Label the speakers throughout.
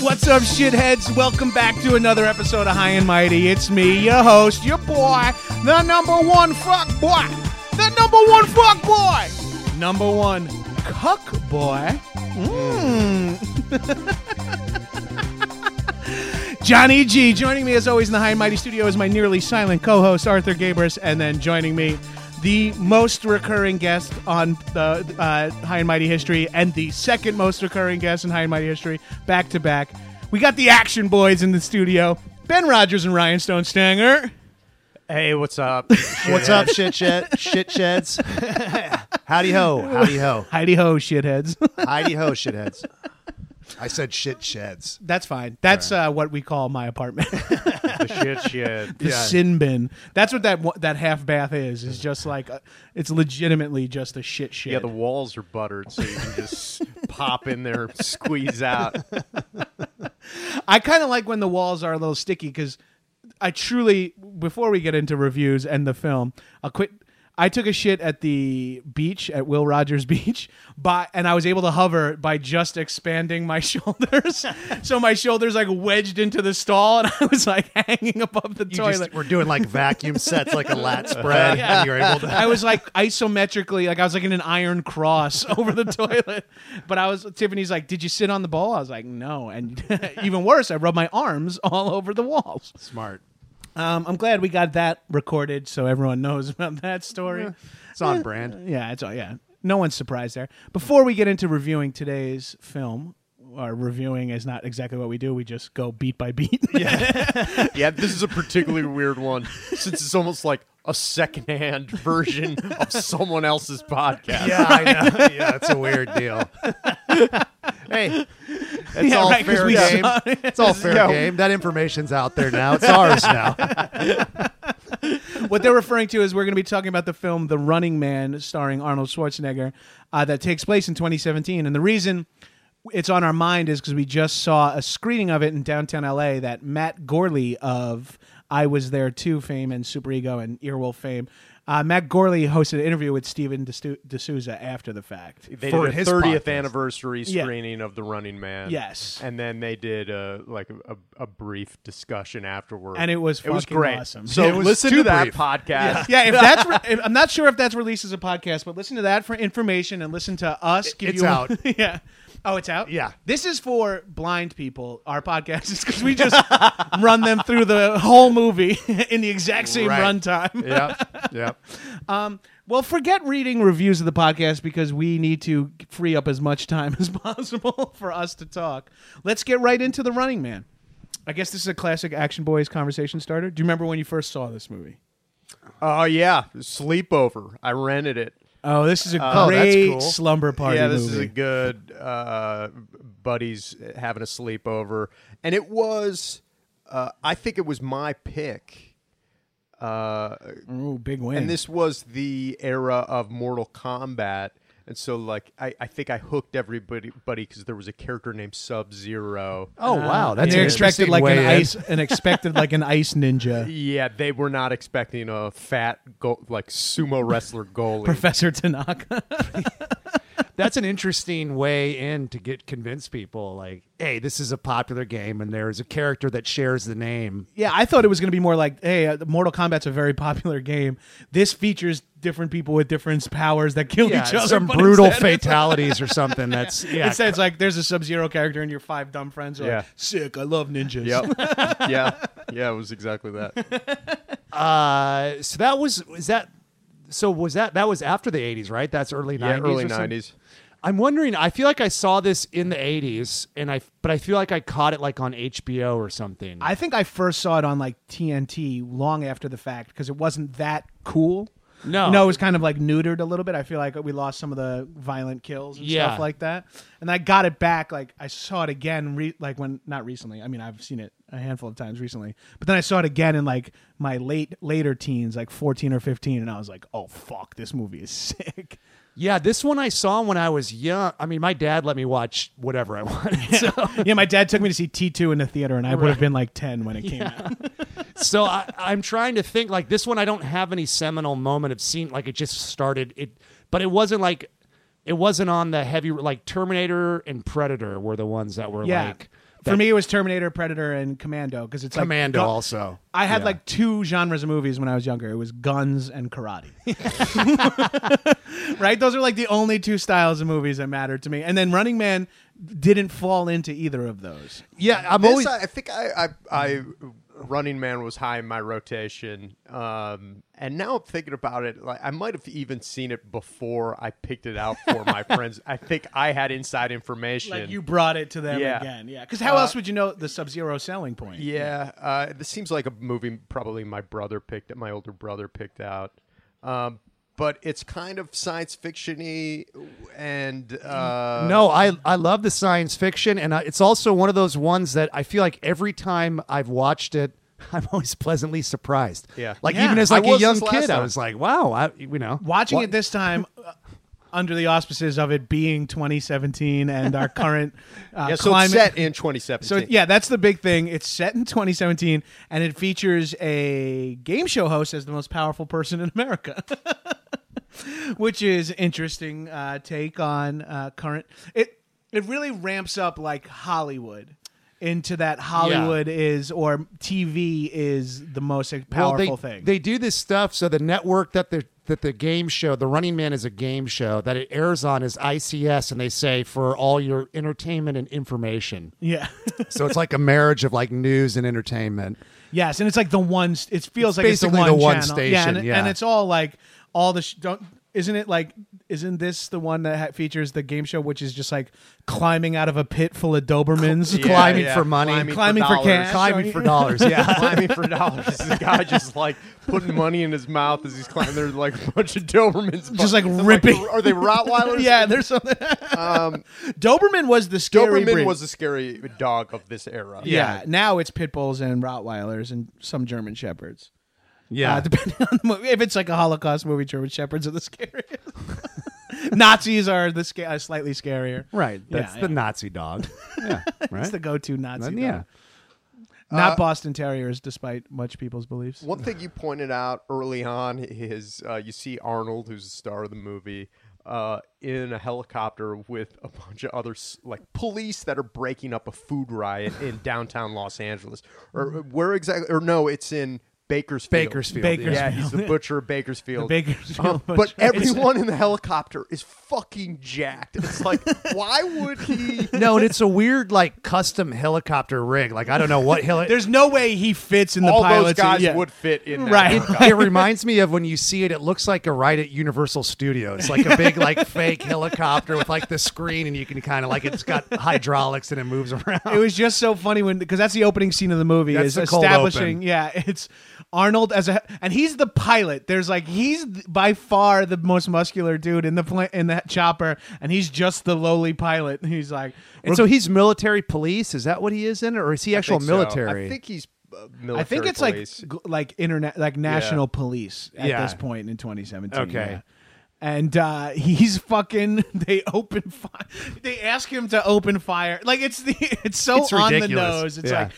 Speaker 1: What's up, shitheads? Welcome back to another episode of High and Mighty. It's me, your host, your boy, the number one fuck boy, the number one fuck boy, number one cuck boy. Mm. Johnny G. Joining me, as always, in the High and Mighty studio is my nearly silent co host, Arthur Gabris, and then joining me, the most recurring guest on the uh, High and Mighty history, and the second most recurring guest in High and Mighty history, back to back. We got the Action Boys in the studio Ben Rogers and Ryan Stone Stanger.
Speaker 2: Hey, what's up? what's up, shit shed, shit sheds? howdy ho, howdy ho,
Speaker 1: Heidi ho, shitheads.
Speaker 2: howdy ho, shitheads. I said shit sheds.
Speaker 1: That's fine. That's uh, what we call my apartment, the
Speaker 3: the shit shit.
Speaker 2: Yeah.
Speaker 1: sin bin. That's what that wa- that half bath is. Is just like uh, it's legitimately just a shit shit.
Speaker 3: Yeah, the walls are buttered, so you can just pop in there, squeeze out.
Speaker 1: I kind of like when the walls are a little sticky because I truly, before we get into reviews and the film, I'll quit. I took a shit at the beach at Will Rogers Beach, by, and I was able to hover by just expanding my shoulders. so my shoulders like wedged into the stall, and I was like hanging above the
Speaker 2: You
Speaker 1: toilet.
Speaker 2: just, we're doing like vacuum sets, like a lat spread.
Speaker 1: Yeah.
Speaker 2: And you're able to.
Speaker 1: I was like isometrically, like I was like in an iron cross over the toilet. But I was Tiffany's like, "Did you sit on the bowl?" I was like, "No." And even worse, I rubbed my arms all over the walls.
Speaker 2: Smart.
Speaker 1: Um, I'm glad we got that recorded so everyone knows about that story. Yeah,
Speaker 2: It's on brand.
Speaker 1: it's all yeah. No one's surprised there. Before we get into reviewing today's film, or reviewing is not exactly what we do. We just go beat by beat.
Speaker 3: Yeah, this is a particularly weird one since it's almost like a secondhand version of someone else's podcast.
Speaker 2: Yeah, I know. Yeah, it's a weird deal. hey, it's
Speaker 1: Yeah,
Speaker 2: all
Speaker 1: right, 'cause
Speaker 2: fair
Speaker 1: we
Speaker 2: game.
Speaker 1: saw it.
Speaker 2: It's all fair
Speaker 3: Yeah.
Speaker 2: game. That information's out there now. It's ours now.
Speaker 1: what they're referring to is we're going to be talking about the film The Running Man, starring Arnold Schwarzenegger, uh, that takes place in 2017. And the reason it's on our mind is because we just saw a screening of it in downtown LA that Matt Gorley of I Was There Too fame and Super Ego and Earwolf fame. Uh, Matt Gorley hosted an interview with Steven D'Stu- D'Souza after the fact.
Speaker 3: They
Speaker 2: For
Speaker 3: did a
Speaker 2: his
Speaker 3: 30th
Speaker 2: podcast.
Speaker 3: anniversary
Speaker 1: Yeah.
Speaker 3: screening of The Running Man.
Speaker 1: Yes.
Speaker 3: and then they did a, like a, a brief discussion afterward,
Speaker 1: And it was
Speaker 3: it was
Speaker 1: fucking
Speaker 3: great.
Speaker 1: awesome.
Speaker 3: So
Speaker 2: It was
Speaker 3: listen
Speaker 2: too
Speaker 3: to that
Speaker 2: brief.
Speaker 3: podcast.
Speaker 1: Yeah, if that's re- if, I'm not sure if that's released as a podcast, but listen to that for information and listen to us. Give
Speaker 2: it's
Speaker 1: you a-
Speaker 2: out.
Speaker 1: yeah. Oh, it's out.
Speaker 2: Yeah.
Speaker 1: This is for blind people. Our podcast is because we just run them through the whole movie in the exact same
Speaker 2: Right.
Speaker 1: runtime.
Speaker 2: Yep. Yep.
Speaker 1: Well, forget reading reviews of the podcast because we need to free up as much time as possible for us to talk. Let's get right into the Running Man. I guess this is a classic Action Boys conversation starter. Do you remember when you first saw this movie?
Speaker 3: Oh yeah, sleepover. I rented it. Uh,
Speaker 1: Oh, this is a
Speaker 2: Oh, that's
Speaker 1: great
Speaker 2: cool.
Speaker 1: slumber party.
Speaker 3: Yeah, this
Speaker 1: movie.
Speaker 3: is a good uh, buddies having a sleepover, and it was. Uh, I think it was my pick, uh,
Speaker 1: Ooh, big win.
Speaker 2: Hmm.
Speaker 3: and this was the era of Mortal Kombat And so, like, I, I think I hooked everybody because there was a character named Sub Zero.
Speaker 2: Oh wow, that's
Speaker 1: they
Speaker 2: an
Speaker 1: expected
Speaker 2: interesting
Speaker 1: like an
Speaker 2: way in.
Speaker 1: ice, an expected like an ice ninja,
Speaker 3: Yeah, they were not expecting a fat, go- like, sumo wrestler goalie.
Speaker 1: Professor Tanaka.
Speaker 2: That's an interesting way in to get convince people like, hey, this is a popular game, and there is a character that shares the name.
Speaker 1: yeah, I thought it was going to be more like, hey, uh, Mortal Kombat's a very popular game. This features different people with different powers that kill
Speaker 2: Yeah,
Speaker 1: each other.
Speaker 2: some
Speaker 1: but
Speaker 2: brutal
Speaker 1: instead-
Speaker 2: fatalities or something. That's yeah.
Speaker 1: Instead, it's like there's a Sub Zero character and your five dumb friends are
Speaker 3: Yeah.
Speaker 1: like, sick. I love ninjas.
Speaker 3: Yep. yeah. Yeah, it was exactly that.
Speaker 2: Uh, so that was is that. So was that that was after the 80s, right? That's early 90s.
Speaker 3: Yeah, early
Speaker 2: or something?
Speaker 3: 90s.
Speaker 2: I'm wondering. I feel like I saw this in the 80s, and I but I feel like I caught it like on HBO or something.
Speaker 1: I think I first saw it on like TNT long after the fact because it wasn't that cool.
Speaker 2: No.
Speaker 1: You know, it was kind of like neutered a little bit. I feel like we lost some of the violent kills and
Speaker 2: Yeah.
Speaker 1: stuff like that. And I got it back. Like I saw it again, re- like when not recently. I mean, I've seen it a handful of times recently, but then I saw it again in like my late later teens, like fourteen or fifteen, and I was like, oh fuck, this movie is sick.
Speaker 2: yeah, this one I saw when I was young. I mean, my dad let me watch whatever I wanted. So
Speaker 1: yeah, my dad took me to see T two in the theater, and I would have been like ten when it came out.
Speaker 2: so I, I'm trying to think like this one. I don't have any seminal moment of scene. Like it just started it, but it wasn't like it wasn't on the heavy like Terminator and Predator were the ones that were
Speaker 1: Yeah.
Speaker 2: like
Speaker 1: For me, it was Terminator, Predator, and Commando because it's like
Speaker 2: Commando
Speaker 1: gu-
Speaker 2: also.
Speaker 1: I had
Speaker 2: Yeah.
Speaker 1: like two genres of movies when I was younger. It was guns and karate. right? Those are like the only two styles of movies that mattered to me. And then Running Man didn't fall into either of those.
Speaker 2: Yeah, I'm
Speaker 3: This, uh,
Speaker 2: always
Speaker 3: I, I think I, I, I Running Man was high in my rotation, um, and now I'm thinking about it. Like I might have even seen it before I picked it out for my friends. I think I had inside information.
Speaker 1: Like you brought it to them
Speaker 3: Yeah. Uh,
Speaker 1: again. Yeah. Because how else would you know the Sub Zero selling point?
Speaker 3: yeah, uh, this seems like a movie probably my brother picked, my older brother picked out. Um, but it's kind of science fiction-y and uh,
Speaker 2: no, I I love the science fiction, and I, it's also one of those ones that I feel like every time I've watched it, I'm always pleasantly surprised.
Speaker 3: Yeah.
Speaker 2: like
Speaker 1: Yeah.
Speaker 2: even as
Speaker 3: I
Speaker 2: like a
Speaker 3: was
Speaker 2: young
Speaker 3: this last
Speaker 2: kid, I
Speaker 3: time.
Speaker 2: was like, wow, I you know,
Speaker 1: Watching
Speaker 2: What-
Speaker 1: it this time. uh, Under the auspices of it being 2017 and our current uh,
Speaker 3: yeah, so
Speaker 1: climate,
Speaker 3: it's set in 2017.
Speaker 1: So yeah, that's the big thing. It's set in 2017, and it features a game show host as the most powerful person in America, which is interesting uh, take on uh, current. It it really ramps up like Hollywood into that Hollywood is or TV is the most powerful
Speaker 2: well, they,
Speaker 1: thing.
Speaker 2: They do this stuff so the network that the that the game show, the Running Man is a game show that it airs on is ICS, and they say for all your entertainment and information.
Speaker 1: yeah.
Speaker 2: so it's like a marriage of like news and entertainment.
Speaker 1: Yes, and it's like the one. st- It feels
Speaker 2: It's
Speaker 1: like
Speaker 2: basically
Speaker 1: it's
Speaker 2: the
Speaker 1: the
Speaker 2: one
Speaker 1: one, channel.
Speaker 2: station,
Speaker 1: and,
Speaker 2: yeah.
Speaker 1: and it's all like all the. Sh- don't isn't it like isn't this the one that ha- features the game show, which is just like climbing out of a pit full of Dobermans,
Speaker 3: Yeah,
Speaker 2: climbing
Speaker 3: yeah.
Speaker 2: for money,
Speaker 1: Climbing for
Speaker 3: dollars.
Speaker 1: cash.
Speaker 2: climbing for dollars. Yeah.
Speaker 3: climbing for dollars. This guy just like putting money in his mouth as he's climbing. There's like a bunch of Dobermans,
Speaker 1: just like
Speaker 3: I'm
Speaker 1: ripping.
Speaker 3: are they Rottweilers?
Speaker 1: yeah, there's something. Doberman was the scary
Speaker 3: Um, Doberman
Speaker 1: breed.
Speaker 3: was a scary dog of this era.
Speaker 1: yeah. Now it's pit bulls and Rottweilers and some German shepherds.
Speaker 2: Yeah.
Speaker 1: Uh, depending on the movie. If it's like a Holocaust movie, German shepherds are the scariest. Nazis are the sca- uh, slightly scarier.
Speaker 2: right.
Speaker 1: Yeah,
Speaker 2: That's
Speaker 1: yeah.
Speaker 2: the Nazi dog. yeah. Right.
Speaker 1: It's the go-to Nazi.
Speaker 2: Then,
Speaker 1: dog.
Speaker 2: yeah.
Speaker 1: Not
Speaker 3: Uh,
Speaker 1: Boston Terriers, despite much people's beliefs.
Speaker 3: One thing you pointed out early on is uh, you see Arnold, who's the star of the movie, uh, in a helicopter with a bunch of other s- like police that are breaking up a food riot in downtown Los Angeles, or uh, where exactly? Or no, it's in Bakersfield.
Speaker 2: Bakersfield.
Speaker 1: Bakersfield.
Speaker 2: yeah.
Speaker 3: Yeah, he's the butcher of Bakersfield.
Speaker 1: Bakersfield
Speaker 3: Uh,
Speaker 1: butcher.
Speaker 3: But everyone in the helicopter is fucking jacked. It's like, why would he?
Speaker 2: No, and it's a weird like custom helicopter rig. Like I don't know what heli-
Speaker 1: There's no way he fits in the
Speaker 3: All those
Speaker 1: pilot's
Speaker 3: guys
Speaker 1: yeah.
Speaker 3: would fit in that
Speaker 1: Right.
Speaker 3: helicopter.
Speaker 2: it reminds me of when you see it. It looks like a ride at Universal Studios, like a big like fake helicopter with like the screen, and you can kind of like it's got hydraulics and it moves around.
Speaker 1: It was just so funny when because that's the opening scene of the movie
Speaker 2: That's
Speaker 1: is
Speaker 2: the cold
Speaker 1: establishing.
Speaker 2: open.
Speaker 1: Yeah, it's Arnold as a and he's the pilot. There's like he's th- by far the most muscular dude in the pla- in that chopper, and he's just the lowly pilot. And he's like,
Speaker 2: and so he's military police. Is that what he is in, or is he actual
Speaker 3: think so.
Speaker 2: military?
Speaker 3: I think he's uh, military.
Speaker 1: I think it's
Speaker 3: police.
Speaker 1: like g- like internet like national police at
Speaker 2: Yeah.
Speaker 1: this point in 2017.
Speaker 2: Okay.
Speaker 1: yeah. and uh, he's fucking. They open fire. They ask him to open fire. Like it's the it's so
Speaker 2: It's
Speaker 1: on the
Speaker 2: ridiculous.
Speaker 1: nose. It's
Speaker 2: Yeah.
Speaker 1: like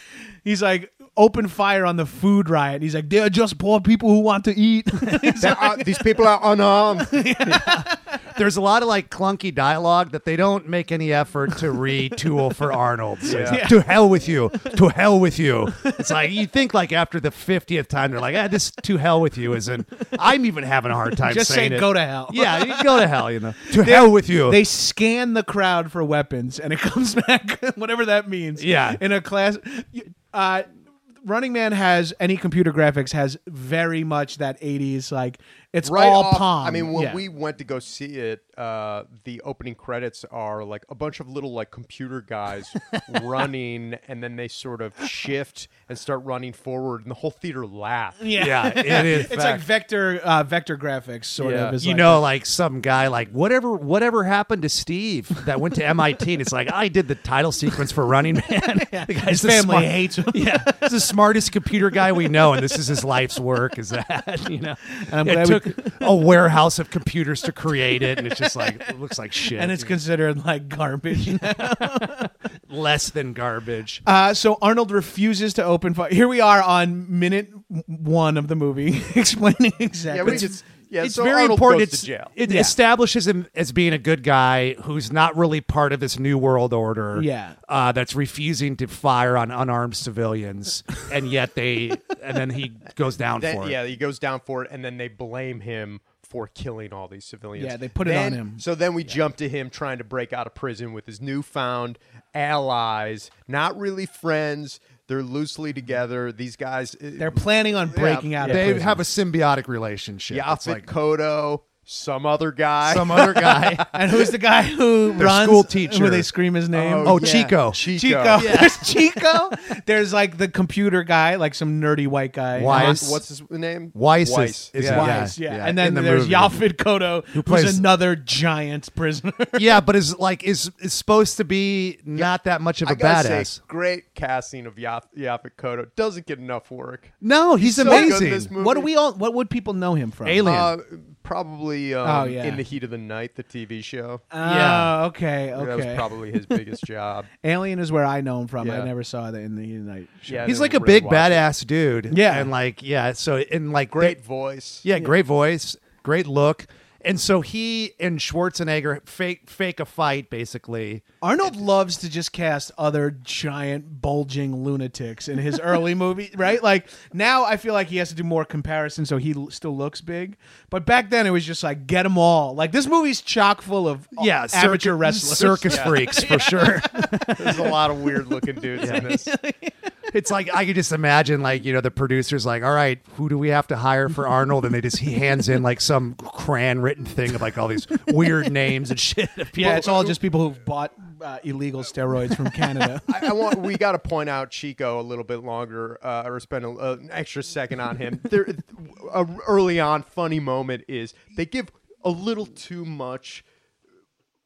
Speaker 1: he's like open fire on the food riot. He's like they're just poor people who want to eat.
Speaker 3: There are- these people are unarmed.
Speaker 2: There's a lot of like clunky dialogue that they don't make any effort to retool for Arnold. So it's like, To hell with you. To hell with you. It's like you think like after the 50th time they're like, ah, this to hell with you isn't. I'm even having a hard time
Speaker 1: Just
Speaker 2: saying
Speaker 1: say
Speaker 2: it.
Speaker 1: go to hell.
Speaker 2: Yeah, you go to hell. You know, to hell with you.
Speaker 1: They scan the crowd for weapons, and it comes back, whatever that means.
Speaker 2: Yeah.
Speaker 1: in a class. you- Uh, Running Man has any computer graphics has very much that '80s like it's
Speaker 3: Right
Speaker 1: all
Speaker 3: off-
Speaker 1: palm.
Speaker 3: I mean, when
Speaker 1: Yeah.
Speaker 3: we went to go see it, uh, the opening credits are like a bunch of little like computer guys running, and then they sort of shift and start running forward, and the whole theater laughs.
Speaker 2: yeah, it is.
Speaker 1: it's like vector uh, vector graphics sort
Speaker 3: Yeah.
Speaker 1: of. Is
Speaker 2: you
Speaker 1: like
Speaker 2: know, like some guy, like whatever, whatever happened to Steve that went to MIT, and it's like I did the title sequence for Running Man. the guy's
Speaker 1: his
Speaker 2: the
Speaker 1: family
Speaker 2: smart-
Speaker 1: hates him.
Speaker 2: yeah, he's the smartest computer guy we know, and this is his life's work. Is that you know?
Speaker 1: And I'm
Speaker 2: it
Speaker 1: glad we-
Speaker 2: took a warehouse of computers to create it, and it's just like it looks like shit,
Speaker 1: and it's considered like garbage.
Speaker 2: less than garbage.
Speaker 1: Uh, so Arnold refuses to open fire. Here we are on minute one of the movie, explaining exactly.
Speaker 3: Yeah, we just, yeah
Speaker 2: it's
Speaker 3: so
Speaker 2: very
Speaker 3: Arnold
Speaker 2: important.
Speaker 3: Goes
Speaker 2: It's,
Speaker 3: to jail.
Speaker 2: It
Speaker 1: Yeah.
Speaker 2: establishes him as being a good guy who's not really part of this new world order.
Speaker 1: Yeah.
Speaker 2: uh, that's refusing to fire on unarmed civilians, and yet they, and then he goes down
Speaker 3: Then-
Speaker 2: for it.
Speaker 3: yeah, he goes down for it, and then they blame him for killing all these civilians.
Speaker 1: Yeah, they put it on
Speaker 3: Then-
Speaker 1: him.
Speaker 3: So then we jump to him trying to break out of prison with his newfound allies, not really friends. They're loosely together. These guys, uh,
Speaker 1: They're planning on breaking out. of
Speaker 2: They
Speaker 1: prison.
Speaker 2: have a symbiotic relationship. It's
Speaker 3: Yaphet
Speaker 2: like
Speaker 3: Kodo, some other guy.
Speaker 2: some other guy.
Speaker 1: And who's the guy who runs?
Speaker 2: school teacher.
Speaker 1: Where they scream his name?
Speaker 2: Oh, Chico.
Speaker 3: Chico.
Speaker 1: Chico. There's Chico. There's like the computer guy, like some nerdy white guy. Uh-huh.
Speaker 2: Why-
Speaker 3: Huh?
Speaker 2: Weiss.
Speaker 3: What's his name?
Speaker 2: Weiss is-
Speaker 3: Weiss.
Speaker 2: is
Speaker 3: yeah.
Speaker 2: a-
Speaker 1: Wise, yeah.
Speaker 2: yeah,
Speaker 1: And then
Speaker 2: in the
Speaker 1: there's
Speaker 2: movie.
Speaker 1: Yaphet Koto, who
Speaker 2: plays-
Speaker 1: who's another giant prisoner.
Speaker 2: yeah, but is like is is supposed to be not that much of a
Speaker 3: I gotta
Speaker 2: badass.
Speaker 3: say, great casting of Yap- Yaphet Kodo. Doesn't get enough work.
Speaker 2: no, he's,
Speaker 3: so good in
Speaker 2: amazing.
Speaker 3: this movie.
Speaker 1: what do we all? What would people know him from?
Speaker 2: Alien.
Speaker 3: Uh, probably um,
Speaker 1: Oh, yeah.
Speaker 3: in the heat of the night, the TV show.
Speaker 1: Oh,
Speaker 2: Yeah.
Speaker 1: okay, okay.
Speaker 3: That was probably his biggest job.
Speaker 1: Alien is where I know him from. I
Speaker 3: Yeah.
Speaker 1: never saw that in the United. Show.
Speaker 3: Yeah,
Speaker 2: he's
Speaker 3: they
Speaker 2: like a
Speaker 3: really
Speaker 2: big
Speaker 3: watched it.
Speaker 2: badass dude.
Speaker 1: Yeah.
Speaker 2: and like yeah, so and like
Speaker 3: Great
Speaker 2: they-
Speaker 3: voice.
Speaker 2: Yeah, great voice, great look. And so he and Schwarzenegger fake fake a fight basically.
Speaker 1: Arnold loves to just cast other giant bulging lunatics in his early movie, right? Like now, I feel like he has to do more comparison, so he l- still looks big. But back then, it was just like get them all. Like this movie's chock full of
Speaker 2: Yeah,
Speaker 1: amateur
Speaker 2: circus,
Speaker 1: Oh, wrestlers.
Speaker 2: circus freaks for sure.
Speaker 3: There's a lot of weird looking dudes in this.
Speaker 2: It's like I could just imagine like you know the producers like all right who do we have to hire for Arnold and they just he hands in like some crayon written thing of like all these weird names and shit.
Speaker 1: Yeah, it's all just people who've bought uh, illegal steroids from Canada.
Speaker 3: I, I want we got to point out Chico a little bit longer, uh, or spend a, uh, an extra second on him. There, a early on funny moment is they give a little too much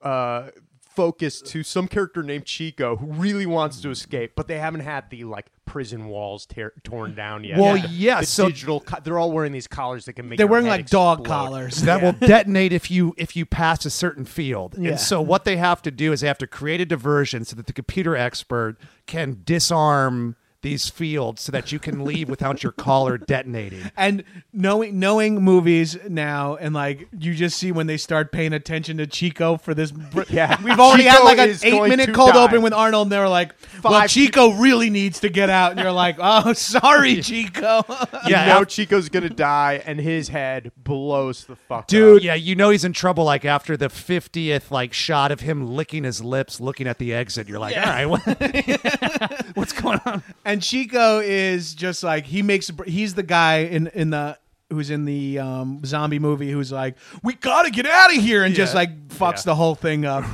Speaker 3: uh, focus to some character named Chico who really wants to escape, but they haven't had the like prison walls tear torn down yet.
Speaker 2: Well,
Speaker 3: The-
Speaker 2: yeah,
Speaker 3: the
Speaker 2: so-
Speaker 3: digital. Co- they're all wearing these collars that can make.
Speaker 1: They're
Speaker 3: your
Speaker 1: wearing
Speaker 3: head
Speaker 1: like dog
Speaker 3: explode.
Speaker 1: collars.
Speaker 2: that will detonate if you if you pass a certain field.
Speaker 1: Yeah.
Speaker 2: And so what they have to do is they have to create a diversion so that the computer expert can disarm these fields so that you can leave without your collar detonating.
Speaker 1: and knowing knowing movies now and like you just see when they start paying attention to Chico for this br-
Speaker 3: Yeah.
Speaker 1: we've already had
Speaker 3: Chico
Speaker 1: like an
Speaker 3: is going
Speaker 1: 8 minute
Speaker 3: to
Speaker 1: cold
Speaker 3: die.
Speaker 1: open with Arnold and they were like well
Speaker 3: Five
Speaker 1: Chico really needs to get out and you're like oh sorry Chico
Speaker 3: You
Speaker 2: Yeah,
Speaker 3: know
Speaker 2: af-
Speaker 3: Chico's gonna die, and his head blows the fuck up.
Speaker 1: Dude.
Speaker 2: yeah, you know he's in trouble like after the 50th like shot of him licking his lips looking at the exit. You're like, "All right, what- what's going on?"
Speaker 1: and Chico is just like he makes a br- he's the guy in in the who's in the um, zombie movie who's like we gotta get out of here and just like fucks the whole thing up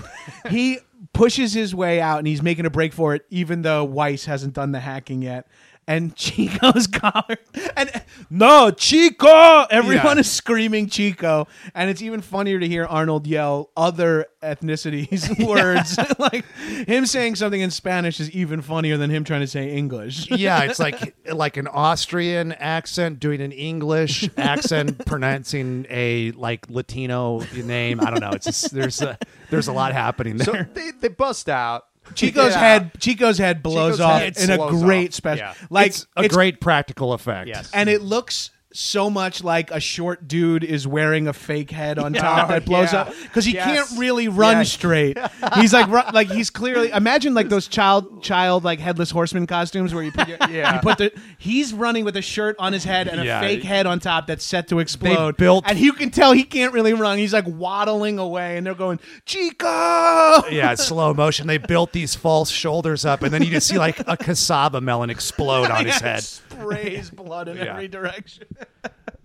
Speaker 1: he pushes his way out and he's making a break for it even though weiss hasn't done the hacking yet and Chico's collar. And no, Chico! Everyone
Speaker 2: Yeah.
Speaker 1: is screaming Chico, and it's even funnier to hear Arnold yell other ethnicities words. like him saying something in Spanish is even funnier than him trying to say English.
Speaker 2: yeah, it's like like an Austrian accent doing an English accent, pronouncing a like Latino name. I don't know. It's just, there's a there's a lot happening
Speaker 3: So
Speaker 2: there.
Speaker 3: they, they bust out.
Speaker 1: Chico's
Speaker 3: Yeah.
Speaker 1: head, Chico's head blows
Speaker 3: Chico's
Speaker 1: off
Speaker 3: head
Speaker 1: in a
Speaker 3: blows
Speaker 1: great
Speaker 3: off.
Speaker 1: special.
Speaker 3: Yeah.
Speaker 1: Like
Speaker 2: it's a great practical effect.
Speaker 3: Yes.
Speaker 1: and it looks so much like a short dude is wearing a fake head on top that blows
Speaker 3: yeah.
Speaker 1: up because he
Speaker 3: Yes.
Speaker 1: can't really run
Speaker 3: Yeah.
Speaker 1: straight. he's like ru- like he's clearly imagine like those child child like headless horseman costumes where you put your,
Speaker 3: Yeah.
Speaker 1: you put the he's running with a shirt on his head and
Speaker 2: Yeah.
Speaker 1: a fake head on top that's set to explode.
Speaker 2: built-
Speaker 1: and you can tell he can't really run. He's like waddling away, and they're going Chico.
Speaker 2: Yeah, it's slow motion. They built these false shoulders up, and then you just see like a cassava melon explode on his head.
Speaker 1: sprays blood in
Speaker 2: Yeah.
Speaker 1: every direction.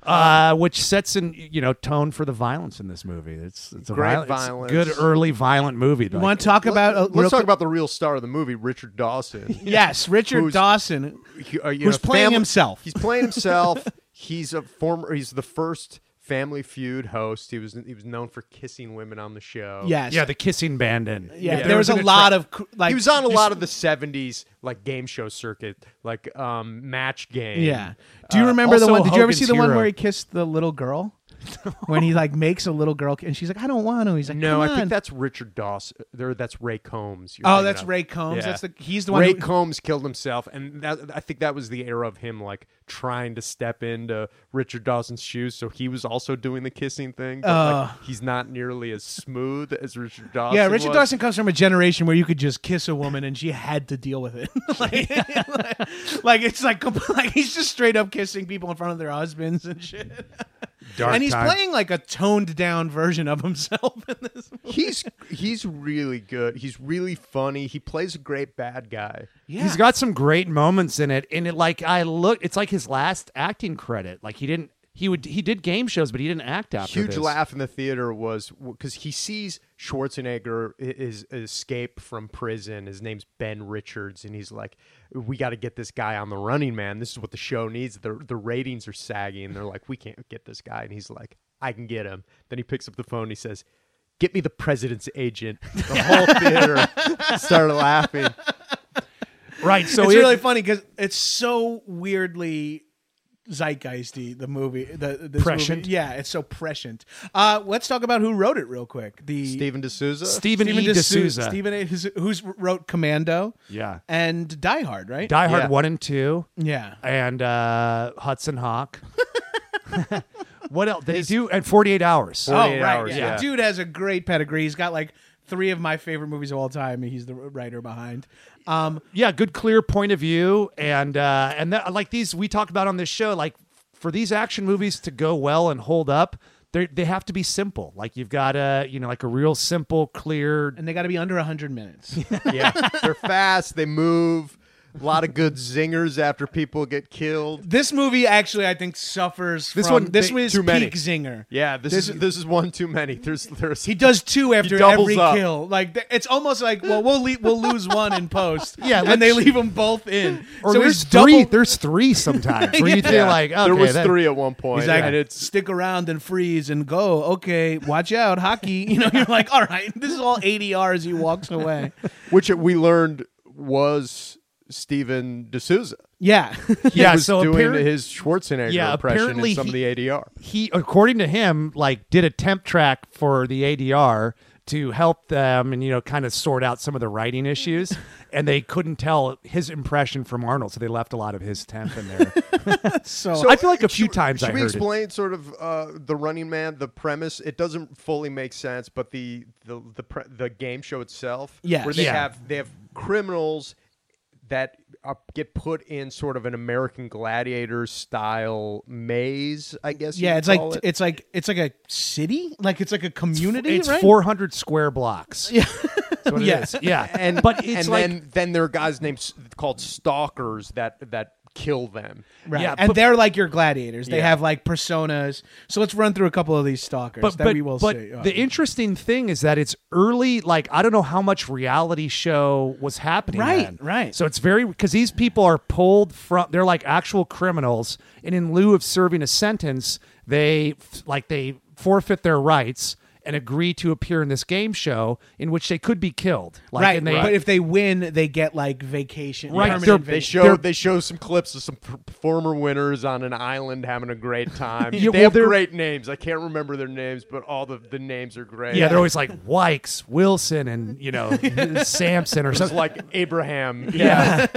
Speaker 2: uh, which sets in you know tone for the violence in this movie. It's it's a
Speaker 3: Great
Speaker 2: violent, it's a
Speaker 3: violence.
Speaker 2: good early violent movie.
Speaker 1: You
Speaker 2: Like,
Speaker 1: want to talk about?
Speaker 3: Let's talk about the real star of the movie, Richard Dawson.
Speaker 1: Yes, Richard
Speaker 3: Who's-
Speaker 1: Dawson.
Speaker 3: He- uh, you
Speaker 1: Who's playing
Speaker 3: family-
Speaker 1: himself.
Speaker 3: He's playing himself. he's a former. He's the first Family Feud host. He was he was known for kissing women on the show.
Speaker 1: Yes.
Speaker 2: yeah, the kissing bandit.
Speaker 1: Yeah,
Speaker 2: If
Speaker 1: there was a
Speaker 2: an attra-
Speaker 1: lot of cr- like
Speaker 3: he was on a lot of the '70s like game show circuit, like um, match game.
Speaker 1: Yeah. Do you
Speaker 2: Uh,
Speaker 1: remember the
Speaker 2: also
Speaker 1: one? Did you ever
Speaker 2: Hogan's
Speaker 1: see the one
Speaker 2: Hero.
Speaker 1: where he kissed the little girl? when he like makes a little girl ki- and she's like, I don't want to. He's like,
Speaker 3: No,
Speaker 1: "Come
Speaker 3: I
Speaker 1: on."
Speaker 3: think that's Richard Dawson. There, that's Ray Combs. you're
Speaker 1: Oh,
Speaker 3: thinking
Speaker 1: that's
Speaker 3: of.
Speaker 1: Ray Combs. That's the- he's the one
Speaker 3: Ray
Speaker 1: who-
Speaker 3: Combs killed himself, and that, I think that was the era of him like trying to step into Richard Dawson's shoes. So he was also doing the kissing thing. But, like, he's not nearly as smooth as Richard Dawson.
Speaker 1: Uh. Yeah, Richard
Speaker 3: was.
Speaker 1: Dawson comes from a generation where you could just kiss a woman and she had to deal with it. like, like, it's like, comp- like he's just straight up kissing people in front of their husbands and shit.
Speaker 2: dark
Speaker 1: and he's
Speaker 2: time.
Speaker 1: playing like a toned down version of himself in this.
Speaker 3: He's he's really good. He's really funny. He plays a great bad guy.
Speaker 2: He's got some great moments in it, and it like I look, it's like his last acting credit. Like he didn't. He would he did game shows, but he didn't act after
Speaker 3: huge
Speaker 2: this.
Speaker 3: laugh in the theater was because he sees Schwarzenegger i- is escape from prison. His name's Ben Richards, and he's like, "We got to get this guy on the Running Man. This is what the show needs. The the ratings are sagging. They're like, we can't get this guy." And he's like, "I can get him." Then he picks up the phone. And he says. Get me the president's agent. The whole theater started laughing.
Speaker 2: right? So
Speaker 1: it's
Speaker 2: it-
Speaker 1: really funny because it's so weirdly zeitgeisty. The movie, the this
Speaker 2: Prescient.
Speaker 1: movie. Yeah, it's so prescient. Uh, let's talk about who wrote it real quick. The
Speaker 3: Stephen D'Souza.
Speaker 2: Stephen, E.
Speaker 1: D'Sou-
Speaker 2: D'Souza,
Speaker 1: Stephen A. Who's, who's wrote Commando.
Speaker 2: Yeah.
Speaker 1: and Die Hard, right?
Speaker 2: Die Hard
Speaker 3: Yeah.
Speaker 2: one and two,
Speaker 1: yeah.
Speaker 2: and uh, Hudson Hawk. what else? They do and Forty Eight Hours.
Speaker 1: Oh, right.
Speaker 3: 48 hours,
Speaker 1: yeah.
Speaker 3: yeah.
Speaker 1: dude has a great pedigree. He's got like three of my favorite movies of all time. and He's the writer behind. Um,
Speaker 2: yeah good clear point of view and uh and that, like these we talked about on this show like for these action movies to go well and hold up they they have to be simple like you've got a you know like a real simple clear
Speaker 1: and they got to be under hundred minutes.
Speaker 3: Yeah, they're fast. They move. A lot of good zingers after people get killed.
Speaker 1: this movie actually, I think, suffers.
Speaker 2: This
Speaker 1: from-
Speaker 2: one-
Speaker 1: this
Speaker 2: they-
Speaker 1: was
Speaker 3: too
Speaker 1: peak
Speaker 3: many.
Speaker 1: zinger.
Speaker 3: Yeah, this, is this is one too many. There's there's
Speaker 1: He does two after
Speaker 3: doubles
Speaker 1: every
Speaker 3: up.
Speaker 1: kill. Like th- it's almost like well, we'll leave, we'll lose one in post.
Speaker 2: Yeah,
Speaker 1: and they
Speaker 2: let's-
Speaker 1: leave them both in.
Speaker 2: or
Speaker 1: so
Speaker 2: there's
Speaker 1: it's double.
Speaker 2: three there's three sometimes where you feel
Speaker 3: Yeah,
Speaker 2: like okay
Speaker 3: there was
Speaker 2: that-
Speaker 3: three at one point.
Speaker 1: He's like,
Speaker 3: and it's
Speaker 1: stick around and freeze and go. Okay, watch out, hockey. You know, you're like, all right, this is all ADR as he walks away.
Speaker 3: which we learned was Steven D'Souza.
Speaker 1: Yeah,
Speaker 3: He
Speaker 2: yeah
Speaker 3: was
Speaker 2: so
Speaker 3: doing
Speaker 2: apparent-
Speaker 3: his Schwarzenegger
Speaker 2: Yeah,
Speaker 3: impression
Speaker 2: apparently
Speaker 3: in some
Speaker 2: he-
Speaker 3: of the ADR.
Speaker 2: he according to him like did a temp track for the adr to help them and you know kind of sort out some of the writing issues and they couldn't tell his impression from arnold so they left a lot of his temp in there
Speaker 1: so,
Speaker 2: I feel like a few
Speaker 3: should,
Speaker 2: times
Speaker 3: should
Speaker 2: I
Speaker 3: we
Speaker 2: heard it.
Speaker 3: explain sort of uh, the Running Man, the premise? It doesn't fully make sense, but the the the, pre- the game show itself,
Speaker 1: Yes.
Speaker 3: where they
Speaker 2: Yeah.
Speaker 3: have they have criminals that are, get put in sort of an American Gladiator style maze. I guess.
Speaker 1: yeah,
Speaker 3: you'd
Speaker 1: it's like
Speaker 3: call it.
Speaker 1: it's like it's like a city, like it's like a community,
Speaker 2: it's
Speaker 1: right?
Speaker 2: 400 square blocks. Yeah. That's what it
Speaker 1: Yeah.
Speaker 2: is. Yeah.
Speaker 3: and
Speaker 2: but it's
Speaker 3: and
Speaker 2: like
Speaker 3: then then there are guys named s- called stalkers that that kill them.
Speaker 1: Right.
Speaker 2: Yeah,
Speaker 1: and
Speaker 2: but-
Speaker 1: they're like your gladiators. They
Speaker 3: Yeah.
Speaker 1: have like personas. So let's run through a couple of these stalkers that we will
Speaker 2: but
Speaker 1: see. Oh.
Speaker 2: the interesting thing is that it's early. Like I don't know how much reality show was happening.
Speaker 1: Right,
Speaker 2: then.
Speaker 1: right.
Speaker 2: So it's very because these people are pulled from. They're like actual criminals, and in lieu of serving a sentence, they f- like they forfeit their rights and agree to appear in this game show in which they could be killed. Like,
Speaker 1: right,
Speaker 2: and they,
Speaker 1: but if they win, they get like vacation.
Speaker 2: Right,
Speaker 1: permanent
Speaker 2: they're-
Speaker 3: They
Speaker 1: vacation.
Speaker 3: show
Speaker 2: They're-
Speaker 3: they show some clips of some p- former winners on an island having a great time.
Speaker 2: Yeah,
Speaker 3: they
Speaker 2: well,
Speaker 3: have
Speaker 2: they're-
Speaker 3: great names. I can't remember their names, but all the, the names are great.
Speaker 2: yeah, they're always like Wykes, Wilson, and you know Sampson or
Speaker 3: It's
Speaker 2: something.
Speaker 3: like Abraham.
Speaker 2: Yeah.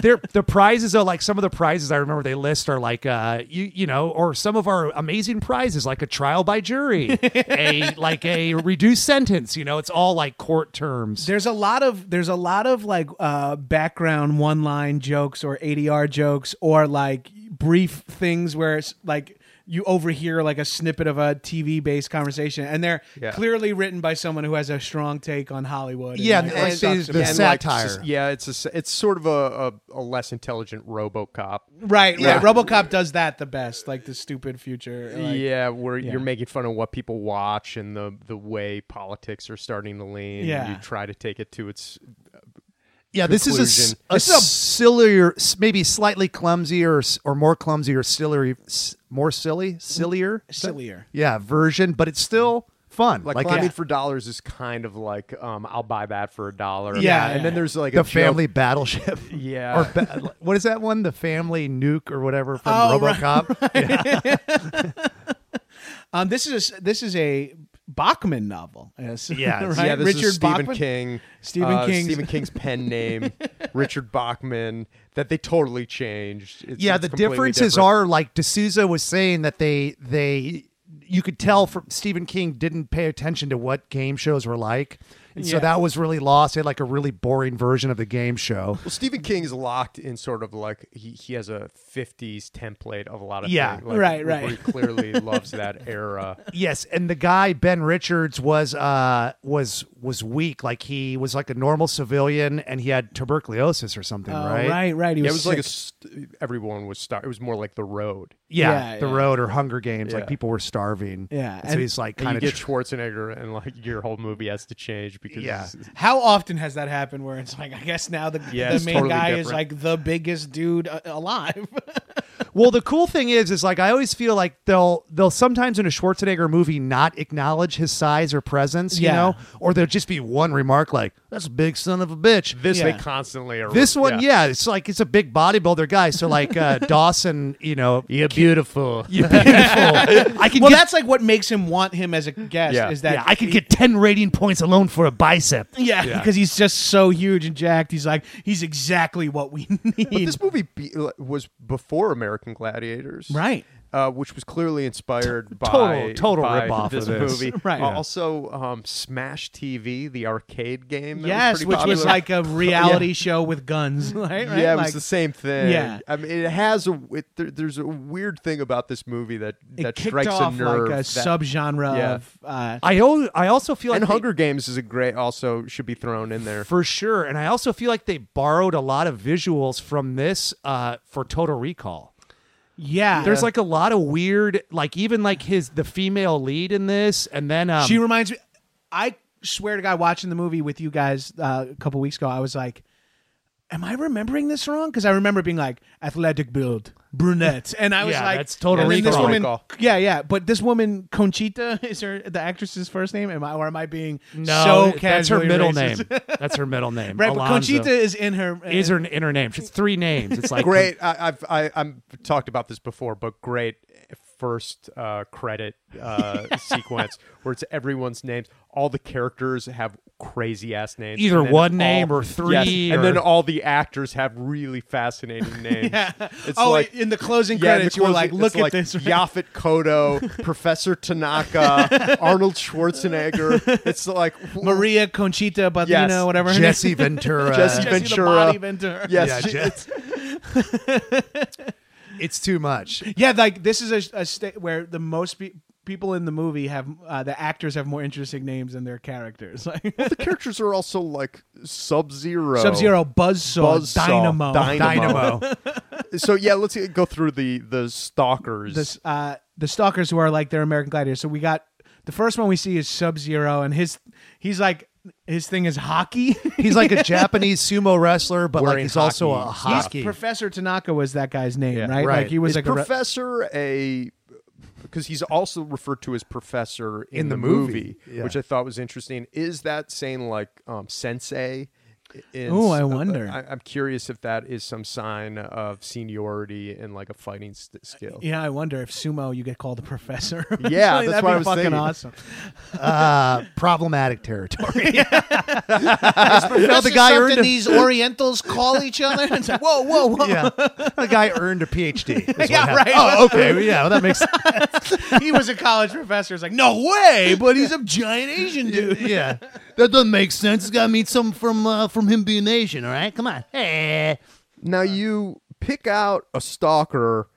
Speaker 2: They're, the prizes are like some of the prizes I remember they list are like uh you you know or some of our amazing prizes like a trial by jury, a like a reduced sentence, you know, it's all like court terms.
Speaker 1: There's a lot of there's a lot of like uh, background one line jokes or ADR jokes or like brief things where it's like you overhear like a snippet of a TV based conversation and they're
Speaker 3: Yeah.
Speaker 1: clearly written by someone who has a strong take on Hollywood.
Speaker 2: Yeah,
Speaker 1: and, like,
Speaker 2: and-
Speaker 1: what
Speaker 2: and-
Speaker 1: sucks
Speaker 2: the
Speaker 1: about-
Speaker 2: and-
Speaker 3: like,
Speaker 2: satire.
Speaker 3: s- yeah, it's a, s- it's sort of a, a, a less intelligent RoboCop.
Speaker 1: right,
Speaker 3: Yeah.
Speaker 1: right. RoboCop does that the best, like the stupid future. like-
Speaker 3: yeah, where
Speaker 1: yeah.
Speaker 3: you're making fun of what people watch and the the way politics are starting to lean. and
Speaker 1: Yeah.
Speaker 3: you try to take it to its.
Speaker 2: Yeah, this is a, s-
Speaker 3: Conclusion.
Speaker 2: a sillier, s- maybe slightly clumsier or, s- or more clumsy or sillier, s- more silly, sillier,
Speaker 1: Sillier.
Speaker 2: Yeah, version, but it's still fun.
Speaker 3: Like, climbing
Speaker 2: yeah.
Speaker 3: for dollars is kind of like um, I'll buy that for a dollar.
Speaker 1: Yeah,
Speaker 3: and
Speaker 1: yeah.
Speaker 3: then there's like
Speaker 2: the
Speaker 3: a joke-
Speaker 2: family battleship.
Speaker 3: Yeah,
Speaker 2: Or ba- what is that one? The family nuke or whatever from
Speaker 1: Oh, right,
Speaker 2: RoboCop.
Speaker 1: Um, this is this is a Bachman novel. Yes.
Speaker 2: Yeah, it's-
Speaker 1: right?
Speaker 3: Yeah, this
Speaker 1: Richard
Speaker 3: is Stephen
Speaker 1: Bachman?
Speaker 3: King.
Speaker 1: Stephen
Speaker 3: uh,
Speaker 1: King's-
Speaker 3: Stephen King's pen name, Richard Bachman, that they totally changed. It's-
Speaker 2: yeah,
Speaker 3: it's
Speaker 2: the
Speaker 3: completely
Speaker 2: differences
Speaker 3: different.
Speaker 2: are like D'Souza was saying that they they you could tell from Stephen King didn't pay attention to what game shows were like. And so
Speaker 1: Yeah.
Speaker 2: that was really lost. They had like a really boring version of the game show.
Speaker 3: Well, Stephen King's locked in sort of like he, he has a 50s template of a lot of
Speaker 2: Yeah,
Speaker 3: things, like,
Speaker 1: right,
Speaker 3: where
Speaker 1: right.
Speaker 3: He clearly loves that era.
Speaker 2: yes, and the guy Ben Richards was uh was was weak. Like he was like a normal civilian and he had tuberculosis or something,
Speaker 1: Oh,
Speaker 2: right?
Speaker 1: right, right. He
Speaker 3: Yeah, it
Speaker 1: was
Speaker 3: was
Speaker 1: sick.
Speaker 3: like a st- everyone was star. It was more like the road.
Speaker 2: Yeah,
Speaker 1: Yeah,
Speaker 2: the
Speaker 1: yeah.
Speaker 2: road or Hunger Games.
Speaker 3: Yeah.
Speaker 2: Like people were starving.
Speaker 1: Yeah,
Speaker 2: and so
Speaker 1: and-
Speaker 2: he's like
Speaker 3: And
Speaker 2: kind
Speaker 3: you
Speaker 2: of
Speaker 3: get Schwarzenegger, and like your whole movie has to change because
Speaker 2: Yeah.
Speaker 1: How often has that happened where it's like, I guess now the,
Speaker 3: Yeah,
Speaker 1: the
Speaker 3: it's
Speaker 1: main
Speaker 3: totally
Speaker 1: guy is
Speaker 3: different.
Speaker 1: like the biggest dude uh, alive?
Speaker 2: Well, the cool thing is, is like I always feel like they'll they'll sometimes in a Schwarzenegger movie not acknowledge his size or presence, you
Speaker 1: Yeah.
Speaker 2: know, or there'll just be one remark like, "That's a big son of a bitch."
Speaker 3: this they
Speaker 1: Yeah.
Speaker 3: constantly are.
Speaker 2: This one, yeah. it's like it's a big bodybuilder guy. So like uh, Dawson, you know,
Speaker 3: You're beautiful.
Speaker 2: you're beautiful. I can
Speaker 1: well,
Speaker 2: get,
Speaker 1: that's like what makes him want him as a guest
Speaker 3: Yeah.
Speaker 1: is that
Speaker 2: yeah, I can get ten rating points alone for a bicep.
Speaker 1: yeah,
Speaker 3: Yeah.
Speaker 1: because he's just so huge and jacked. He's like, he's exactly what we
Speaker 3: But
Speaker 1: need.
Speaker 3: this movie be- uh, was before American Gladiators,
Speaker 1: Right.
Speaker 3: Uh, which was clearly inspired by
Speaker 2: total- total
Speaker 3: by
Speaker 2: rip-off
Speaker 3: this,
Speaker 2: of this.
Speaker 3: movie.
Speaker 1: Right.
Speaker 3: Uh, Also, um, Smash TV, the arcade game. That
Speaker 1: yes,
Speaker 3: was pretty
Speaker 1: which was
Speaker 3: popular.
Speaker 1: like a reality show with guns. Right, right?
Speaker 3: Yeah, it was
Speaker 1: Like-
Speaker 3: the same thing.
Speaker 1: Yeah.
Speaker 3: I mean, it has a. It, there, there's a weird thing about this movie that
Speaker 1: it
Speaker 3: that
Speaker 1: kicked
Speaker 3: strikes
Speaker 1: off
Speaker 3: a nerve.
Speaker 1: like a
Speaker 3: that-
Speaker 1: subgenre
Speaker 3: Yeah.
Speaker 1: of uh,
Speaker 2: I al- I also feel like
Speaker 3: and
Speaker 2: they-
Speaker 3: Hunger Games is a great. Also, should be thrown in there.
Speaker 2: for sure, and I also feel like they borrowed a lot of visuals from this uh, for Total Recall.
Speaker 1: yeah.
Speaker 2: There's like a lot of weird, like even like his the female lead in this, and then um,
Speaker 1: she reminds me. I swear to God, watching the movie with you guys uh, a couple weeks ago, I was like, "Am I remembering this wrong?" Because I remember being like, "Athletic build, brunette," and I was
Speaker 2: Yeah,
Speaker 1: like,
Speaker 2: that's Total
Speaker 1: and then this
Speaker 3: Recall.
Speaker 1: woman,
Speaker 3: Recall.
Speaker 1: yeah, yeah, but this woman Conchita is her the actress's first name? Am I or am I being
Speaker 2: no,
Speaker 1: so
Speaker 2: that's her
Speaker 1: casually
Speaker 2: middle
Speaker 1: racist?
Speaker 2: name. That's her middle name.
Speaker 1: right, but
Speaker 2: Alonzo.
Speaker 1: Conchita is in her
Speaker 2: is her inner name. It's three names. It's like
Speaker 3: great. I, I've I, I'm talked about this before, but great first uh, credit uh, sequence where it's everyone's names. All the characters have crazy ass names.
Speaker 2: Either
Speaker 3: and then
Speaker 2: one name or three
Speaker 3: Yes, and then
Speaker 2: or-
Speaker 3: all the actors have really fascinating names. It's
Speaker 1: oh,
Speaker 3: like.
Speaker 1: in the closing
Speaker 3: yeah, in the
Speaker 1: credits, you were
Speaker 3: closing-
Speaker 1: like,
Speaker 3: it's
Speaker 1: "Look at
Speaker 3: like
Speaker 1: this." right?
Speaker 3: Yaphet Kodo, Professor Tanaka, Arnold Schwarzenegger. It's like
Speaker 1: Maria Conchita Badlino,
Speaker 3: Yes,
Speaker 1: whatever her
Speaker 2: Jesse Ventura.
Speaker 1: name.
Speaker 3: Jesse
Speaker 1: Jesse the
Speaker 3: Ventura.
Speaker 1: Body Ventura.
Speaker 3: Yes,
Speaker 2: Yeah,
Speaker 3: she-
Speaker 2: Je-
Speaker 3: it's-
Speaker 2: It's too much.
Speaker 1: Yeah, like this is a, a state where the most pe- people in the movie have uh, the actors have more interesting names than their characters. Like
Speaker 3: the characters are also like Sub Zero,
Speaker 1: Sub Zero, Buzzsaw,
Speaker 3: Oh. Buzzsaw,
Speaker 1: Dynamo.
Speaker 3: Dynamo.
Speaker 2: Dynamo.
Speaker 3: so yeah, let's go through the the stalkers.
Speaker 1: this uh the stalkers who are like they're American gladiators. So we got the first one we see is Sub Zero, and his he's like his thing is hockey.
Speaker 2: He's like a Japanese sumo wrestler, but like
Speaker 3: Wearing
Speaker 2: he's also a hockey.
Speaker 1: Professor Tanaka was that guy's name,
Speaker 3: Yeah,
Speaker 1: right?
Speaker 2: right.
Speaker 1: Like he was
Speaker 3: Is
Speaker 1: like a re-
Speaker 3: professor a because he's also referred to as professor in,
Speaker 2: In
Speaker 3: the,
Speaker 2: the
Speaker 3: movie,
Speaker 2: movie, yeah.
Speaker 3: which I thought was interesting. Is that saying like um, sensei? in- uh,
Speaker 1: Ooh, I wonder.
Speaker 3: I, am curious if that is some sign of seniority and like a fighting st- skill.
Speaker 1: yeah, I wonder if sumo you get called a professor.
Speaker 3: Yeah,
Speaker 1: Like, that'd
Speaker 3: that's what
Speaker 1: be
Speaker 3: I was
Speaker 1: fucking
Speaker 3: thinking.
Speaker 1: awesome.
Speaker 2: uh, problematic territory. You know, the
Speaker 1: Professor
Speaker 2: guy
Speaker 1: something
Speaker 2: earned a-
Speaker 1: these Orientals call each other. It's like, whoa, whoa, whoa!
Speaker 2: yeah, the guy earned a PhD. is what
Speaker 1: Yeah,
Speaker 2: happened.
Speaker 1: right.
Speaker 2: Oh, okay. Yeah, well, that makes.
Speaker 1: He was a college professor. It's like, no way, but he's a giant Asian dude.
Speaker 2: yeah, that doesn't make sense. It's got to mean something from uh, from him being Asian. All right, come on. Hey,
Speaker 3: Now you pick out a stalker.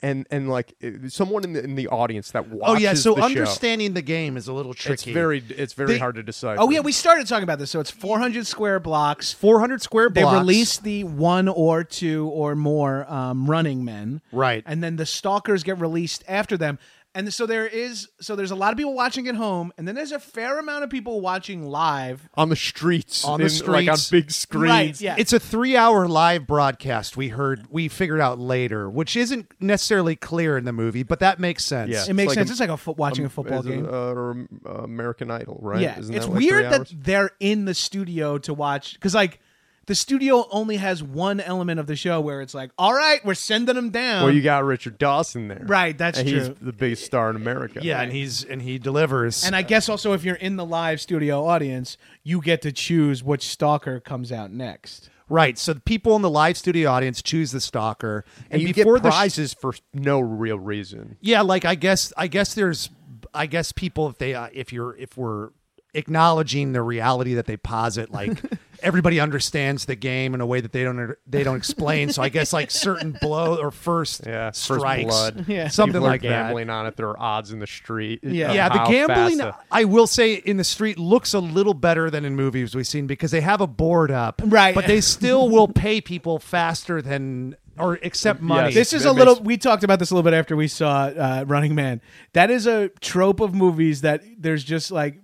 Speaker 3: And, and like uh, someone in the in the audience that
Speaker 2: oh
Speaker 3: watches
Speaker 2: yeah. So
Speaker 3: the show.
Speaker 2: understanding the game is a little tricky.
Speaker 3: it's very it's very
Speaker 2: They-
Speaker 3: hard to decide.
Speaker 1: Oh yeah, we started talking about this. So it's 400 square blocks.
Speaker 2: 400 square
Speaker 1: They
Speaker 2: blocks.
Speaker 1: release the one or two or more um, running men,
Speaker 2: Right.
Speaker 1: And then the stalkers get released after them. And so there is, so there's a lot of people watching at home, and then there's a fair amount of people watching live.
Speaker 3: on the streets,
Speaker 2: On the
Speaker 3: in- like on
Speaker 2: streets.
Speaker 3: big screens.
Speaker 1: Right, yeah.
Speaker 2: It's a three-hour live broadcast. We heard, we figured out later, which isn't necessarily clear in the movie, but that makes sense.
Speaker 3: Yeah.
Speaker 1: It makes
Speaker 3: like
Speaker 1: sense.
Speaker 3: a-
Speaker 1: it's like a fo- watching a football
Speaker 3: As a-
Speaker 1: game.
Speaker 3: uh, or um, uh, American Idol, right?
Speaker 1: yeah,
Speaker 3: Isn't
Speaker 1: it's
Speaker 3: that like
Speaker 1: weird
Speaker 3: three
Speaker 1: that
Speaker 3: hours?
Speaker 1: they're in the studio to watch because like the studio only has one element of the show where it's like, all right, we're sending them down.
Speaker 3: Well, you got Richard Dawson there,
Speaker 1: um, Right, that's
Speaker 3: and He's
Speaker 1: true.
Speaker 3: the biggest star in America.
Speaker 2: Yeah, and he's and he delivers.
Speaker 1: and I guess also if you're in the live studio audience, you get to choose which stalker comes out next.
Speaker 2: right, so the people in the live studio audience choose the stalker,
Speaker 3: and, you get
Speaker 2: before the sh-
Speaker 3: prizes for no real reason.
Speaker 2: yeah, like I guess I guess there's I guess people if they uh, if you're if we're acknowledging the reality that they posit, like everybody understands the game in a way that they don't they don't explain. so I guess like certain blow or first
Speaker 3: Yeah, first
Speaker 2: strikes,
Speaker 3: blood.
Speaker 1: Yeah.
Speaker 2: something
Speaker 3: People are
Speaker 2: like that.
Speaker 3: gambling on it. There are odds in the street.
Speaker 1: Yeah.
Speaker 3: of
Speaker 2: Yeah, the
Speaker 3: how
Speaker 2: gambling,
Speaker 3: fast
Speaker 2: I will say, in the street looks a little better than in movies we've seen because they have a board up.
Speaker 1: Right.
Speaker 2: But they still will pay people faster than or accept money.
Speaker 1: This is
Speaker 3: That
Speaker 1: a little.
Speaker 3: makes-
Speaker 1: We talked about this a little bit after we saw uh, Running Man. That is a trope of movies that there's just like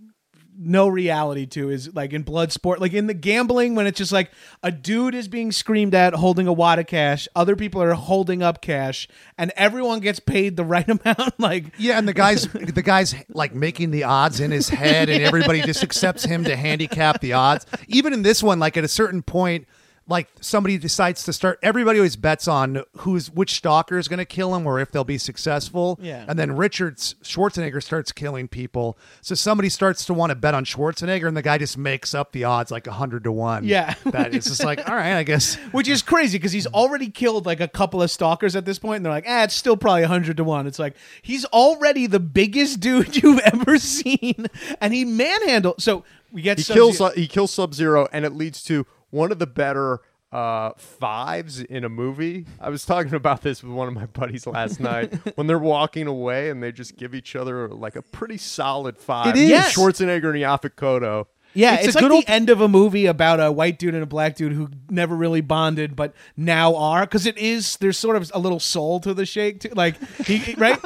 Speaker 1: no reality to. Is like in Bloodsport, like in the gambling when it's just like a dude is being screamed at holding a wad of cash, other people are holding up cash, and everyone gets paid the right amount. like
Speaker 2: yeah, and the guys, the guys like making the odds in his head, and everybody just accepts him to handicap the odds. Even in this one, like at a certain point, like somebody decides to start. Everybody always bets on who's which stalker is going to kill him or if they'll be successful.
Speaker 1: Yeah.
Speaker 2: and then Richard S- Schwarzenegger starts killing people, so somebody starts to want to bet on Schwarzenegger, and the guy just makes up the odds like hundred to one.
Speaker 1: Yeah.
Speaker 2: that it's just like all right, I guess.
Speaker 1: Which is crazy because he's already killed like a couple of stalkers at this point, and they're like, ah, it's still probably 100 to 1. It's like, he's already the biggest dude you've ever seen, and he manhandled. So we get
Speaker 3: he
Speaker 1: Sub-Zero-
Speaker 3: kills. uh, he kills Sub Zero, and it leads to one of the better. Uh, fives in a movie. I was talking about this with one of my buddies last night when they're walking away and they just give each other like a pretty solid
Speaker 1: It
Speaker 3: five.
Speaker 1: is. Yes.
Speaker 3: Schwarzenegger and Yafikoto.
Speaker 1: Yeah,
Speaker 2: It's
Speaker 1: it's,
Speaker 2: a
Speaker 1: like
Speaker 2: good
Speaker 1: the
Speaker 2: old-
Speaker 1: end of a movie about a white dude and a black dude who never really bonded, but now are because it is. There's sort of a little soul to the shake, too. Like he, right?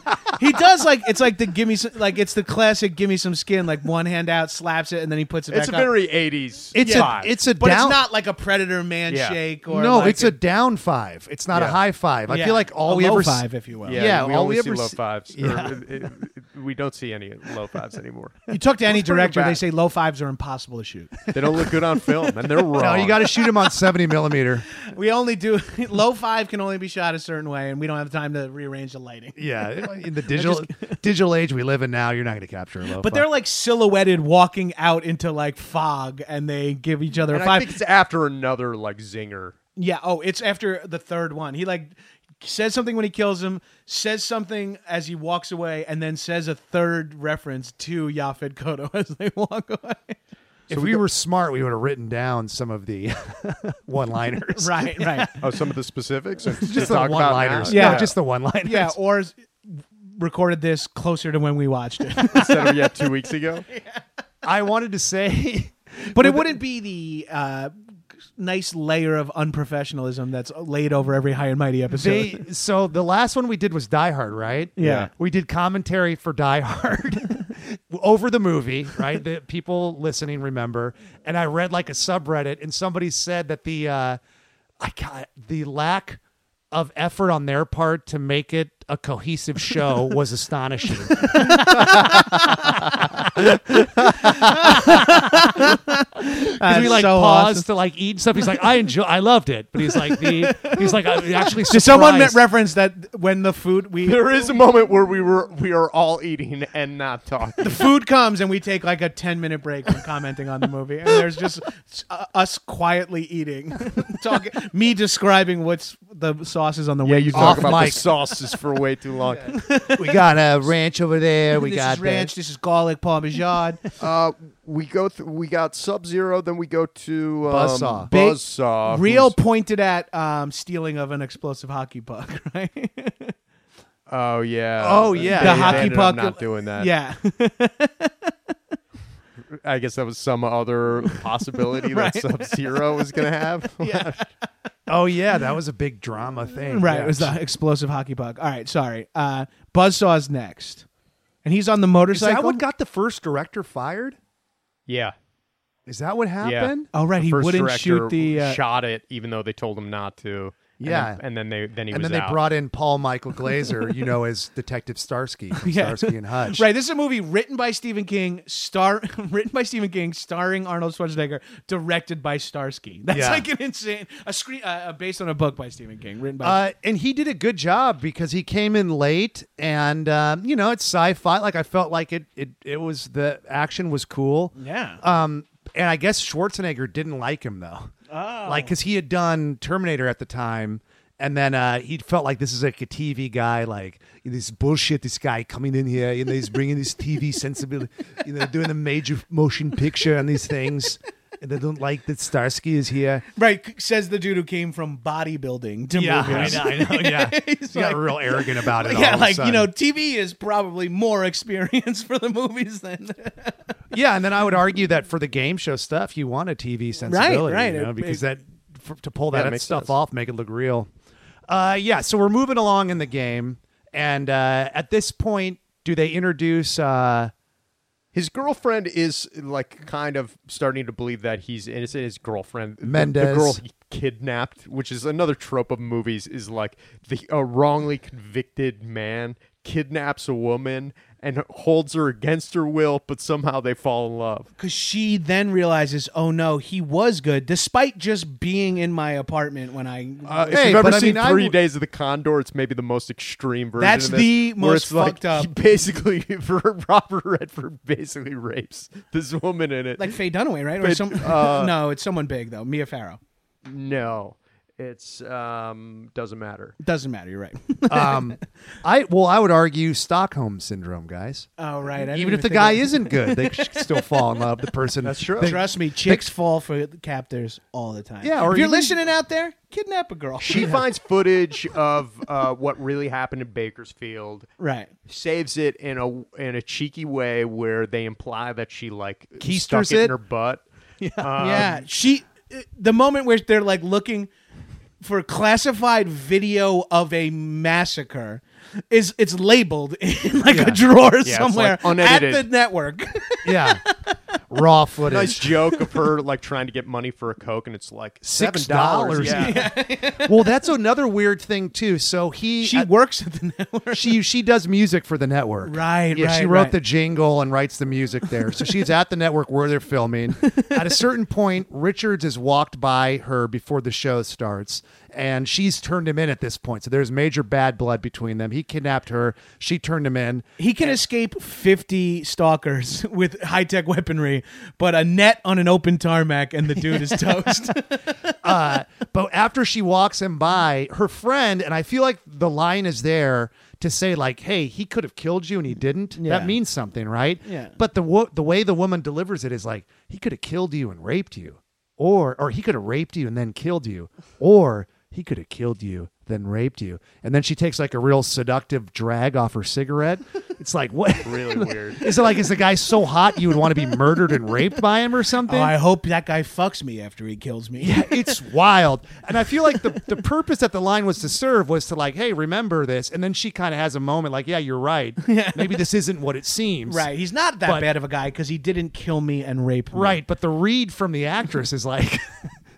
Speaker 1: He does like it's like the give me some, like it's the classic give me some skin. Like one hand out, slaps it, and then he puts it
Speaker 3: It's a
Speaker 1: back up.
Speaker 3: very 80s.
Speaker 2: It's
Speaker 3: vibe.
Speaker 2: a it's a
Speaker 1: but
Speaker 2: down.
Speaker 1: it's not like a predator man
Speaker 3: Yeah.
Speaker 1: shake or
Speaker 2: no,
Speaker 1: like
Speaker 2: it's a down five. It's not a
Speaker 3: Yeah.
Speaker 2: high five. I feel like all
Speaker 1: a
Speaker 2: we
Speaker 1: low
Speaker 2: ever s-
Speaker 1: five, if you will.
Speaker 3: Yeah,
Speaker 2: Yeah,
Speaker 3: we
Speaker 2: all
Speaker 3: only
Speaker 2: we
Speaker 3: see
Speaker 2: ever
Speaker 3: low
Speaker 2: see-
Speaker 3: fives. or it- it- it- we don't see any low fives anymore.
Speaker 1: You talk to any
Speaker 3: bring it
Speaker 1: director, they
Speaker 3: back.
Speaker 1: say low fives are impossible to shoot.
Speaker 3: They don't look good on film, and they're wrong.
Speaker 2: No, you got to shoot him on 70 millimeter.
Speaker 1: we only do low five can only be shot a certain way, and we don't have time to rearrange the lighting.
Speaker 2: Yeah, in the digital digital age we live in now, you're not going to capture a low.
Speaker 1: But they're like silhouetted walking out into like fog, and they give each other
Speaker 3: And
Speaker 1: a
Speaker 3: I
Speaker 1: five.
Speaker 3: think it's after another like zinger.
Speaker 1: yeah. Oh, it's after the third one. He like says something when he kills him, says something as he walks away, and then says a third reference to Yafid Koto as they walk away.
Speaker 2: if we were smart, we would have written down some of the one liners.
Speaker 1: right. Right.
Speaker 3: Oh, some of the specifics.
Speaker 2: Just the one liners.
Speaker 1: Yeah.
Speaker 2: Yeah, just the one liners.
Speaker 1: Yeah, or s- recorded this closer to when we watched it.
Speaker 3: instead of yeah, two weeks ago.
Speaker 2: I wanted to say
Speaker 1: but it wouldn't be the uh, nice layer of unprofessionalism that's laid over every high and mighty episode.
Speaker 2: They, so the last one we did was Die Hard, right?
Speaker 1: Yeah.
Speaker 2: We did commentary for Die Hard over the movie,
Speaker 4: right? The people listening remember. And I read like a subreddit, and somebody said that the uh, I got the lack of effort on their part to make it a cohesive show was astonishing.
Speaker 1: That's
Speaker 4: Because we like
Speaker 1: so
Speaker 4: paused
Speaker 1: awesome.
Speaker 4: to like eat stuff. He's like, I enjoy, I loved it, but he's like, the, he's like, I actually.
Speaker 1: So someone met
Speaker 4: surprised.
Speaker 1: reference that when the food we
Speaker 3: There is a moment where we were we are all eating and not talking.
Speaker 1: the food comes and we take like a 10 minute break from commenting on the movie and there's just s- uh, us quietly eating talking me describing what's the sauces on the wings
Speaker 2: talk Off about the mic.
Speaker 3: sauces for way too long.
Speaker 2: we got a ranch over there. We
Speaker 1: this
Speaker 2: got
Speaker 1: is ranch this is garlic parmesan
Speaker 3: Uh, we go th- we got Sub Zero, then we go to um,
Speaker 2: Buzzsaw.
Speaker 1: Big-
Speaker 3: Buzzsaw, who's-
Speaker 1: real pointed at um, stealing of an explosive hockey puck right
Speaker 3: Oh yeah.
Speaker 2: Oh,
Speaker 1: The
Speaker 2: yeah.
Speaker 3: They- they
Speaker 1: hockey
Speaker 3: ended up
Speaker 1: puck-
Speaker 3: Not doing that.
Speaker 1: yeah
Speaker 3: I guess that was some other possibility that Sub Zero was gonna have.
Speaker 1: yeah
Speaker 2: Oh yeah, that was a big drama thing.
Speaker 1: right
Speaker 2: Yeah.
Speaker 1: it was the explosive hockey puck all right sorry uh, buzzsaw's next and he's on the
Speaker 2: Is
Speaker 1: motorcycle
Speaker 2: that what got the first director fired?
Speaker 3: yeah.
Speaker 2: Is that what happened?
Speaker 1: oh right he
Speaker 3: First
Speaker 1: wouldn't
Speaker 3: director
Speaker 1: shoot the uh,
Speaker 3: shot it, even though they told him not to. And then-
Speaker 2: Yeah.
Speaker 3: and then, they then he
Speaker 2: And
Speaker 3: was
Speaker 2: then they
Speaker 3: out.
Speaker 2: brought in Paul Michael Glazer, you know, as Detective Starsky, from
Speaker 1: Yeah.
Speaker 2: Starsky and Hutch.
Speaker 1: Right, this is a movie written by Stephen King, star written by Stephen King, starring Arnold Schwarzenegger, directed by Starsky. That's
Speaker 2: Yeah.
Speaker 1: like an insane a screen uh, based on a book by Stephen King, written by.
Speaker 2: Uh, and he did a good job because he came in late, and um, you know, it's sci-fi. Like I felt like it, it, it was the action was cool.
Speaker 1: yeah,
Speaker 2: Um, and I guess Schwarzenegger didn't like him though, oh. like because he had done Terminator at the time, and then uh, he felt like this is like a TV guy, like this bullshit. This guy coming in here, you know, he's bringing this TV sensibility, you know, doing a major motion picture and these things. And they don't like that Starsky is here.
Speaker 1: right. c- Says the dude who came from bodybuilding to movies.
Speaker 2: I know. Yeah,
Speaker 1: He's
Speaker 2: he got
Speaker 1: like-
Speaker 2: real arrogant about it. all
Speaker 1: yeah,
Speaker 2: of a
Speaker 1: like you
Speaker 2: sudden.
Speaker 1: know, TV is probably more experience for the movies than
Speaker 2: Yeah, and then I would argue that for the game show stuff, you want a TV sensibility,
Speaker 1: right.
Speaker 2: you know,
Speaker 1: It-
Speaker 2: because
Speaker 1: it-
Speaker 2: that for, to pull
Speaker 3: Yeah,
Speaker 2: that
Speaker 3: it makes
Speaker 2: stuff
Speaker 3: sense.
Speaker 2: off, make it look real. Uh, yeah, so we're moving along in the game, and uh, at this point, do they introduce? Uh,
Speaker 3: His girlfriend is like kind of starting to believe that he's innocent. His girlfriend, the- the
Speaker 2: Mendez.
Speaker 3: girl he kidnapped, which is another trope of movies, is like the a wrongly convicted man kidnaps a woman and holds her against her will, but somehow they fall in love.
Speaker 1: because she then realizes, oh no, he was good despite just being in my apartment when I.
Speaker 3: Uh, if
Speaker 2: Hey,
Speaker 3: you've ever
Speaker 2: but I
Speaker 3: seen
Speaker 2: mean, I
Speaker 3: Three
Speaker 2: w-
Speaker 3: Days of the Condor, it's maybe the most extreme version.
Speaker 1: That's
Speaker 3: of this,
Speaker 1: the
Speaker 3: where
Speaker 1: most
Speaker 3: it's like,
Speaker 1: fucked up.
Speaker 3: He basically, for Robert Redford, basically rapes this woman in it.
Speaker 1: like Faye Dunaway, right? Or
Speaker 3: But,
Speaker 1: some?
Speaker 3: uh,
Speaker 1: no, it's someone big though. Mia Farrow.
Speaker 3: no, it's um doesn't matter.
Speaker 1: Doesn't matter. You're right.
Speaker 2: um, I well, I would argue Stockholm syndrome, guys.
Speaker 1: oh right. I didn't
Speaker 2: Even if the
Speaker 1: think
Speaker 2: guy
Speaker 1: of-
Speaker 2: isn't good, they should still fall in love. The person that's
Speaker 3: true.
Speaker 1: trust me, chicks fall for captors all the time.
Speaker 2: Yeah,
Speaker 1: If
Speaker 2: or
Speaker 1: you're
Speaker 2: even-
Speaker 1: listening out there, kidnap a girl.
Speaker 3: She finds footage of uh, what really happened in Bakersfield,
Speaker 1: right.
Speaker 3: saves it in a in a cheeky way where they imply that she like stuck
Speaker 2: Keisters
Speaker 3: it, in
Speaker 2: it?
Speaker 3: her butt. Uh, Yeah,
Speaker 2: Um,
Speaker 1: yeah. She. The moment where they're like looking for classified video of a massacre is it's labeled in like a drawer
Speaker 3: like
Speaker 1: somewhere at
Speaker 3: unedited.
Speaker 1: the network.
Speaker 2: yeah, raw footage.
Speaker 3: nice joke of her like trying to get money for a coke, and it's like
Speaker 2: Six
Speaker 3: seven dollars.
Speaker 2: dollars.
Speaker 3: Yeah.
Speaker 2: well, that's another weird thing too. So he uh,
Speaker 1: she
Speaker 2: at-
Speaker 1: works at the network.
Speaker 2: she she does music for the network.
Speaker 1: Right,
Speaker 2: Yeah, she
Speaker 1: right,
Speaker 2: wrote
Speaker 1: right.
Speaker 2: the jingle and writes the music there. So she's at the network where they're filming. At a certain point, Richards is walked by her before the show starts, and she's turned him in at this point. So there's major bad blood between them. He kidnapped her. She turned him in.
Speaker 1: He can escape 50 stalkers with high tech weaponry, but a net on an open tarmac and the dude is toast.
Speaker 2: Uh, but after she walks him by, her friend, and I feel like the line is there to say like, "Hey, he could have killed you and he didn't."
Speaker 1: Yeah.
Speaker 2: That means something, right?
Speaker 1: Yeah.
Speaker 2: But the wo- the way the woman delivers it is like, "He could have killed you and raped you," or or he could have raped you and then killed you, or he could have killed you then raped you. And then she takes like a real seductive drag off her cigarette. It's like what?
Speaker 3: Really weird.
Speaker 2: Is it like is the guy so hot you would want to be murdered and raped by him or something?
Speaker 1: Oh, I hope that guy fucks me after he kills me.
Speaker 2: Yeah, it's wild. And I feel like the, the purpose that the line was to serve was to like, hey, remember this. And then she kind of has a moment like, yeah, you're right. Maybe this isn't what it seems.
Speaker 1: Right. He's not that
Speaker 2: But-
Speaker 1: bad of a guy because he didn't kill me and rape me.
Speaker 2: Right. But the read from the actress is like,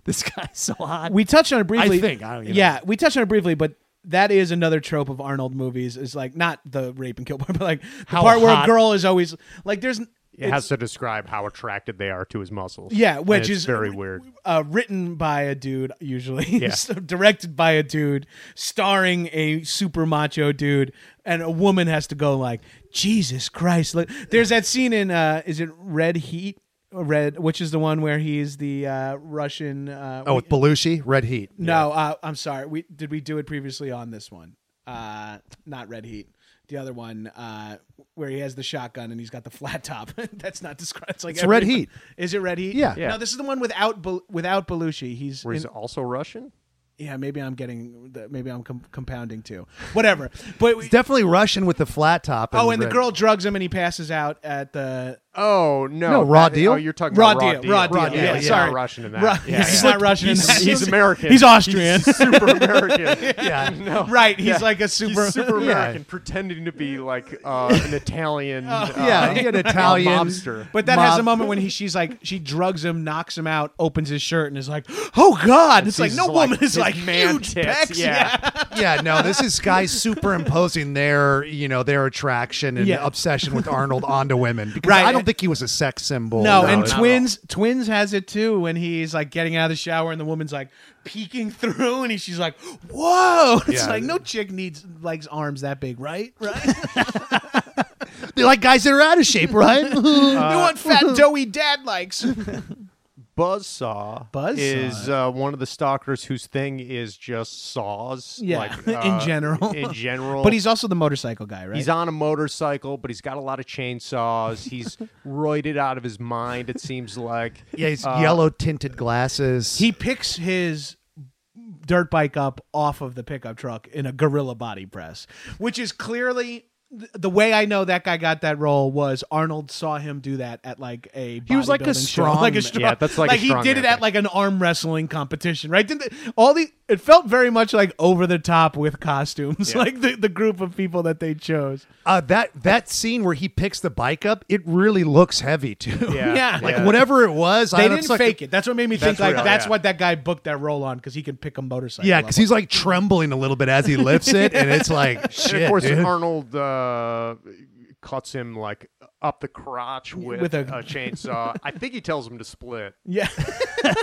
Speaker 2: this guy's so hot.
Speaker 1: We touched on it briefly.
Speaker 2: think, I don't- you know.
Speaker 1: yeah, we touched on it briefly, but that is another trope of Arnold movies. Is like not the rape and kill part, but like the
Speaker 2: How
Speaker 1: part where a
Speaker 2: hot-
Speaker 1: girl is always like there's
Speaker 3: It has to describe how attracted they are to his muscles.
Speaker 1: Yeah,
Speaker 3: And
Speaker 1: which
Speaker 3: it's
Speaker 1: is
Speaker 3: very weird.
Speaker 1: Uh, written by a dude, usually So, directed by a dude, starring a super macho dude, and a woman has to go like, Jesus Christ! Look, there's that scene in uh, is it Red Heat? Or Red, which is the one where he's the uh, Russian. Uh,
Speaker 2: Oh,
Speaker 1: we-
Speaker 2: with Belushi, Red Heat.
Speaker 1: no, uh, I'm sorry. We did we do it previously on this one? Uh, not Red Heat. The other one uh, where he has the shotgun and he's got the flat top. That's not described. It's like
Speaker 2: It's Red Heat.
Speaker 1: Is it Red Heat?
Speaker 2: Yeah.
Speaker 3: Yeah.
Speaker 1: No, this is the one without Bel- without Belushi. He's,
Speaker 3: Where he's
Speaker 1: in-
Speaker 3: also Russian?
Speaker 1: yeah. Maybe I'm getting the- maybe I'm com- compounding too. Whatever. But we,
Speaker 2: It's definitely Russian with the flat top.
Speaker 1: oh, and the
Speaker 2: red-
Speaker 1: girl drugs him and he passes out at the
Speaker 3: Oh no,
Speaker 2: No, Raw Deal?
Speaker 3: Oh, you're talking
Speaker 1: raw,
Speaker 3: about raw
Speaker 1: deal, raw deal.
Speaker 2: Raw Deal,
Speaker 1: Yeah,
Speaker 2: yeah.
Speaker 3: he's
Speaker 1: sorry,
Speaker 3: not Russian in that.
Speaker 1: Ra-
Speaker 3: yeah,
Speaker 1: he's
Speaker 3: yeah.
Speaker 1: not Russian. in that.
Speaker 3: he's American.
Speaker 1: He's Austrian.
Speaker 3: He's super American.
Speaker 2: Yeah.
Speaker 3: No.
Speaker 1: right. He's
Speaker 3: Yeah.
Speaker 1: like a
Speaker 3: He's
Speaker 1: super.
Speaker 3: super American, pretending to be like uh, an Italian.
Speaker 2: Yeah,
Speaker 3: uh,
Speaker 2: he an Italian
Speaker 3: mobster.
Speaker 1: But that has
Speaker 2: mob-
Speaker 1: a moment when he she's like she drugs him, knocks him out, opens his shirt, and is like, "Oh God!" It's like
Speaker 3: He's
Speaker 1: no
Speaker 3: like-
Speaker 1: woman is
Speaker 3: his
Speaker 1: like
Speaker 3: man
Speaker 1: huge
Speaker 3: tits,
Speaker 1: pecs.
Speaker 3: yeah.
Speaker 2: Yeah, no, this is guys superimposing their, you know, their attraction and
Speaker 1: Yeah.
Speaker 2: obsession with Arnold onto women. Because
Speaker 1: Right.
Speaker 2: I don't think he was a sex symbol.
Speaker 1: Oh, No, and
Speaker 3: not at all.
Speaker 1: twins twins has it too when he's like getting out of the shower and the woman's like peeking through and he, she's like, "Whoa!" It's
Speaker 2: Yeah.
Speaker 1: like no chick needs legs, arms that big, right? Right?
Speaker 2: they like guys that are out of shape, right?
Speaker 1: they want fat, doughy dad likes.
Speaker 3: Buzzsaw,
Speaker 1: Buzzsaw.
Speaker 3: is uh, one of the stalkers whose thing is just saws.
Speaker 1: Yeah,
Speaker 3: like,
Speaker 1: in
Speaker 3: uh,
Speaker 1: general.
Speaker 3: In general,
Speaker 1: but he's also the motorcycle guy, right?
Speaker 3: He's on a motorcycle, but he's got a lot of chainsaws. He's roided out of his mind. It seems like.
Speaker 2: yeah, he's yellow tinted glasses.
Speaker 1: he picks his dirt bike up off of the pickup truck in a gorilla body press, which is clearly th- the way I know that guy got that role was Arnold saw him do that at like a
Speaker 2: He was like a
Speaker 1: bodybuilding show.
Speaker 2: strong-
Speaker 1: like
Speaker 2: yeah,
Speaker 1: a strong
Speaker 3: that's like a
Speaker 1: he
Speaker 3: strong
Speaker 1: did it
Speaker 3: man
Speaker 1: at
Speaker 3: thing.
Speaker 1: like an arm wrestling competition right didn't they, all the it felt very much like over the top with costumes like the, the group of people that they chose
Speaker 2: uh, that that scene where he picks the bike up, it really looks heavy too.
Speaker 3: Yeah.
Speaker 1: Yeah.
Speaker 2: like whatever it
Speaker 3: Uh,
Speaker 2: was,
Speaker 1: they
Speaker 2: I don't-
Speaker 1: didn't
Speaker 2: it's like-
Speaker 1: fake it that's what made me think
Speaker 3: That's
Speaker 1: like
Speaker 3: real,
Speaker 1: that's
Speaker 3: yeah.
Speaker 1: what that guy booked that role on because he can pick a motorcycle
Speaker 2: Yeah,
Speaker 1: up.
Speaker 2: because he's like trembling a little bit as he lifts it, and it's like shit.
Speaker 3: And of course,
Speaker 2: dude.
Speaker 3: Arnold uh, cuts him like up the crotch with,
Speaker 1: With a-
Speaker 3: a, chainsaw. I think he tells him to split.
Speaker 1: Yeah.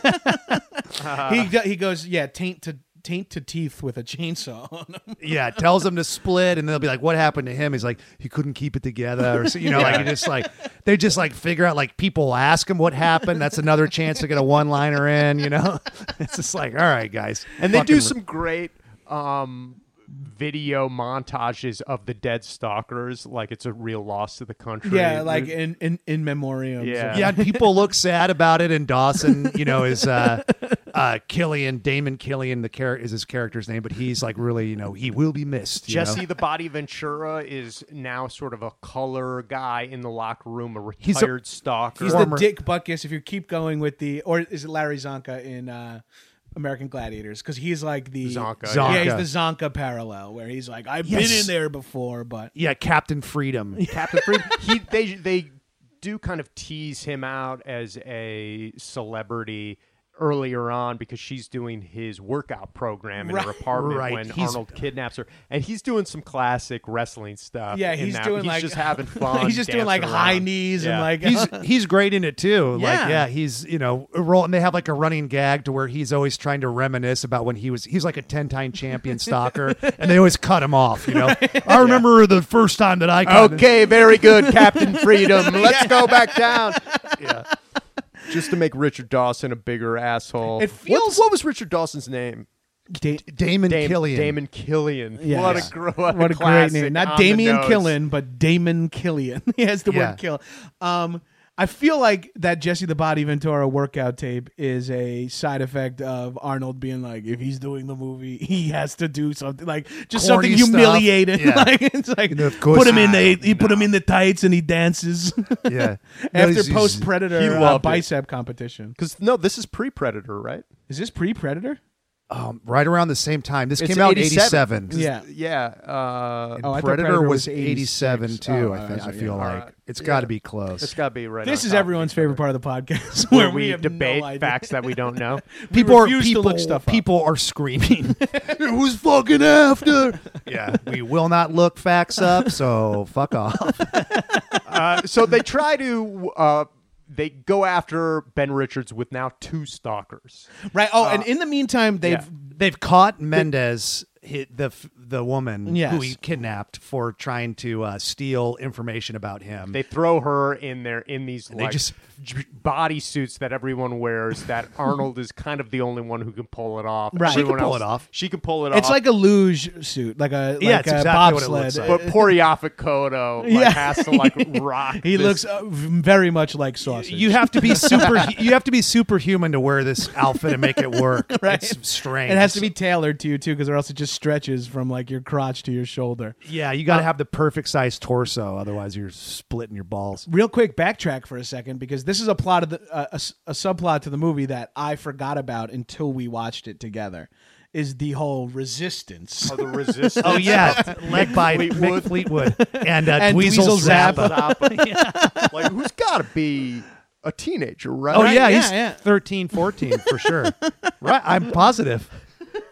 Speaker 3: Uh,
Speaker 1: he go- he goes, yeah, taint to taint to teeth with a chainsaw on him.
Speaker 2: yeah, tells him to split, and they'll be like, "What happened to him?" He's like, "He couldn't keep it together," or so, you know, like you just like they just like figure out like people ask him what happened. That's another chance to get a one liner in, you know. It's just like, all right, guys,
Speaker 3: And they do
Speaker 2: Fucking-
Speaker 3: some great um, video montages of the dead stalkers, like it's a real loss to the country.
Speaker 1: Yeah, like in in in memoriam.
Speaker 3: Yeah.
Speaker 2: Yeah, and people look sad about it. And Dawson, you know, is uh, uh, Killian Damon Killian. The character is his character's name, but he's like really, you know, he will be missed. you know?
Speaker 3: Jesse the Body Ventura is now sort of a color guy in the locker room, a retired
Speaker 2: He's a-
Speaker 3: stalker.
Speaker 1: He's
Speaker 2: Former-
Speaker 1: the Dick Buckus. If you keep going with the, or is it Larry Zonka in uh, American Gladiators? Because he's like the
Speaker 3: Zonka,
Speaker 1: Yeah,
Speaker 2: yeah.
Speaker 1: he's the Zonka parallel where he's like, I've been
Speaker 2: Yes.
Speaker 1: in there before, but
Speaker 2: yeah, Captain Freedom.
Speaker 3: Captain Freed. He they they do kind of tease him out as a celebrity earlier on because she's doing his workout program in her
Speaker 1: Right.
Speaker 3: apartment
Speaker 2: Right.
Speaker 3: when
Speaker 2: He's-
Speaker 3: Arnold kidnaps her, and he's doing some classic wrestling stuff.
Speaker 1: yeah,
Speaker 3: in
Speaker 1: he's
Speaker 3: that.
Speaker 1: doing
Speaker 3: he's
Speaker 1: like
Speaker 3: just having fun.
Speaker 1: he's just doing like
Speaker 3: dancing
Speaker 1: high
Speaker 3: around.
Speaker 1: knees
Speaker 3: Yeah.
Speaker 1: and like
Speaker 2: he's he's great in it too.
Speaker 1: Yeah.
Speaker 2: Like yeah, he's you know a role, and they have like a running gag to where he's always trying to reminisce about when he was he's like a ten time champion stalker, and they always cut him off. You know, I remember the first time that I caught
Speaker 3: Okay, very good, Captain Freedom. Let's go back down. Yeah. Just to make Richard Dawson a bigger asshole.
Speaker 1: It
Speaker 3: What-
Speaker 1: feels-
Speaker 3: What, was Richard Dawson's name?
Speaker 2: Damon
Speaker 3: Dame,
Speaker 2: Killian.
Speaker 3: Damon Killian.
Speaker 1: Yeah.
Speaker 3: What
Speaker 1: Yeah.
Speaker 3: a, gr- what
Speaker 1: what a great
Speaker 3: classic
Speaker 1: name.
Speaker 3: on
Speaker 1: Not
Speaker 3: the
Speaker 1: Damien
Speaker 3: nose.
Speaker 1: Killen, but Damon Killian. he has the
Speaker 2: Yeah.
Speaker 1: word kill. Um, I feel like that Jesse the Body Ventura workout tape is a side effect of Arnold being like, if he's doing the movie, he has to do something like just
Speaker 2: Corny
Speaker 1: something
Speaker 2: stuff.
Speaker 1: humiliating.
Speaker 2: Yeah.
Speaker 1: like it's like
Speaker 2: know, of course
Speaker 1: put him in
Speaker 2: I-
Speaker 1: the he put him in the tights and he dances
Speaker 2: Yeah. No, he's-
Speaker 1: after
Speaker 2: he's-
Speaker 1: post
Speaker 3: he
Speaker 1: Predator
Speaker 3: loved
Speaker 1: uh,
Speaker 3: it.
Speaker 1: bicep competition.
Speaker 3: Because no, this is pre-Predator, right?
Speaker 1: Is this pre Predator?
Speaker 2: um, right around the same time. This
Speaker 3: It's
Speaker 2: came out in
Speaker 3: 87.
Speaker 2: 87.
Speaker 1: Yeah.
Speaker 3: Yeah. Uh,
Speaker 1: Oh, I thought
Speaker 2: Predator,
Speaker 1: Predator was
Speaker 2: was 87
Speaker 1: 86.
Speaker 2: too,
Speaker 1: Oh,
Speaker 2: I think
Speaker 1: alright,
Speaker 2: I feel
Speaker 3: yeah.
Speaker 2: like.
Speaker 3: Alright.
Speaker 2: it's got to be
Speaker 3: it's
Speaker 2: close.
Speaker 3: got to be right.
Speaker 1: This
Speaker 3: on
Speaker 1: is
Speaker 3: top of
Speaker 1: everyone's
Speaker 3: each other.
Speaker 1: favorite part of the podcast
Speaker 3: where
Speaker 1: where
Speaker 3: we,
Speaker 1: have no
Speaker 3: debate
Speaker 1: idea.
Speaker 3: facts that we don't know.
Speaker 1: We
Speaker 2: people are
Speaker 1: refuse to
Speaker 2: people,
Speaker 1: look stuff up.
Speaker 2: people are screaming. it was fucking after. yeah, we will not look facts up, so fuck off.
Speaker 3: Uh, so they try to. Uh, they go after Ben Richards with now two stalkers.
Speaker 1: right? Oh,
Speaker 3: Uh,
Speaker 1: and in the meantime, they've
Speaker 2: They've caught Mendez hit the f- the woman who
Speaker 1: Yes.
Speaker 2: he kidnapped for trying to uh, steal information about him.
Speaker 3: They throw her in there in these
Speaker 2: they
Speaker 3: like
Speaker 2: just-
Speaker 3: j- body suits that everyone wears. That Arnold is kind of the only one who can pull it off.
Speaker 1: Right. She can
Speaker 3: Everyone
Speaker 2: pull
Speaker 3: else-
Speaker 2: it off.
Speaker 3: She can pull it off.
Speaker 1: it's like a luge suit, like a like
Speaker 2: Yeah, it's
Speaker 1: a
Speaker 2: exactly what it
Speaker 1: bobsled.
Speaker 2: looks like.
Speaker 3: but Poriofic Kodo like,
Speaker 1: Yeah.
Speaker 3: has to like rock.
Speaker 1: he
Speaker 3: this-
Speaker 1: looks uh, v- very much like sausage.
Speaker 2: Uh, you have to be super. you have to be superhuman to wear this outfit and make it work.
Speaker 1: Right.
Speaker 2: It's strange.
Speaker 1: it has to be tailored to you too, because or else it just stretches from like your crotch to your shoulder.
Speaker 2: Yeah, you got to have the perfect size torso, otherwise you're splitting your balls.
Speaker 1: Real quick, backtrack for a second because this is a plot of the uh, a, s- a subplot to the movie that I forgot about until we watched it together. Is the whole resistance?
Speaker 3: Oh, the resistance.
Speaker 2: Oh yeah, led by Fleetwood, Fleetwood and, uh,
Speaker 1: And
Speaker 2: Dweezil,
Speaker 1: Dweezil
Speaker 2: Zappa.
Speaker 1: Zappa.
Speaker 3: like who's got to be a teenager, right?
Speaker 2: Oh yeah,
Speaker 1: yeah,
Speaker 2: he's
Speaker 1: yeah.
Speaker 2: thirteen, fourteen 13, 14 for sure. right, I'm positive.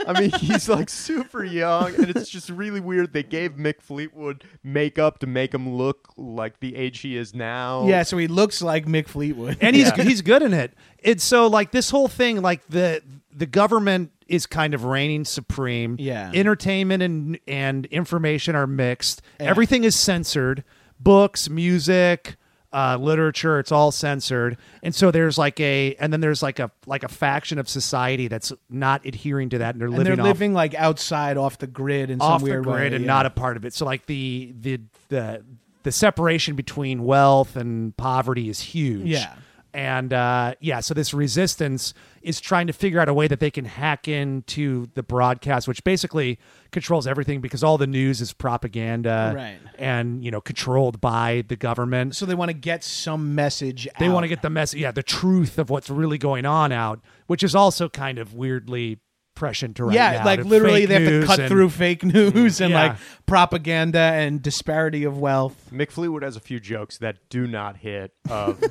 Speaker 3: I mean, he's like super young, and it's just really weird. They gave Mick Fleetwood makeup to make him look like the age he is now.
Speaker 1: yeah, so he looks like Mick Fleetwood.
Speaker 2: and he's he's good in it. And so like this whole thing, like the the government is kind of reigning supreme.
Speaker 1: Yeah.
Speaker 2: entertainment and and information are mixed. Everything is censored. Books, music, uh, literature, it's all censored. And so there's like a and then there's like a like a faction of society that's not adhering to that, and they're
Speaker 1: and
Speaker 2: living
Speaker 1: they're
Speaker 2: off
Speaker 1: living like outside, off the grid, in some
Speaker 2: off the
Speaker 1: weird
Speaker 2: grid
Speaker 1: way,
Speaker 2: and
Speaker 1: yeah.
Speaker 2: not a part of it. So like the the the the separation between wealth and poverty is huge.
Speaker 1: Yeah.
Speaker 2: And uh, yeah, so this resistance is trying to figure out a way that they can hack into the broadcast, which basically controls everything because all the news is propaganda,
Speaker 1: Right.
Speaker 2: And you know, controlled by the government.
Speaker 1: So they want to get some message.
Speaker 2: They want
Speaker 1: out.
Speaker 2: to get the message, yeah, the truth of what's really going on out, which is also kind of weirdly prescient to right
Speaker 1: yeah,
Speaker 2: now.
Speaker 1: like
Speaker 2: to
Speaker 1: literally
Speaker 2: fake
Speaker 1: they have to
Speaker 2: news
Speaker 1: cut
Speaker 2: and-
Speaker 1: through fake news and
Speaker 2: Yeah.
Speaker 1: like propaganda and disparity of wealth.
Speaker 3: Mick Fleetwood has a few jokes that do not hit. Of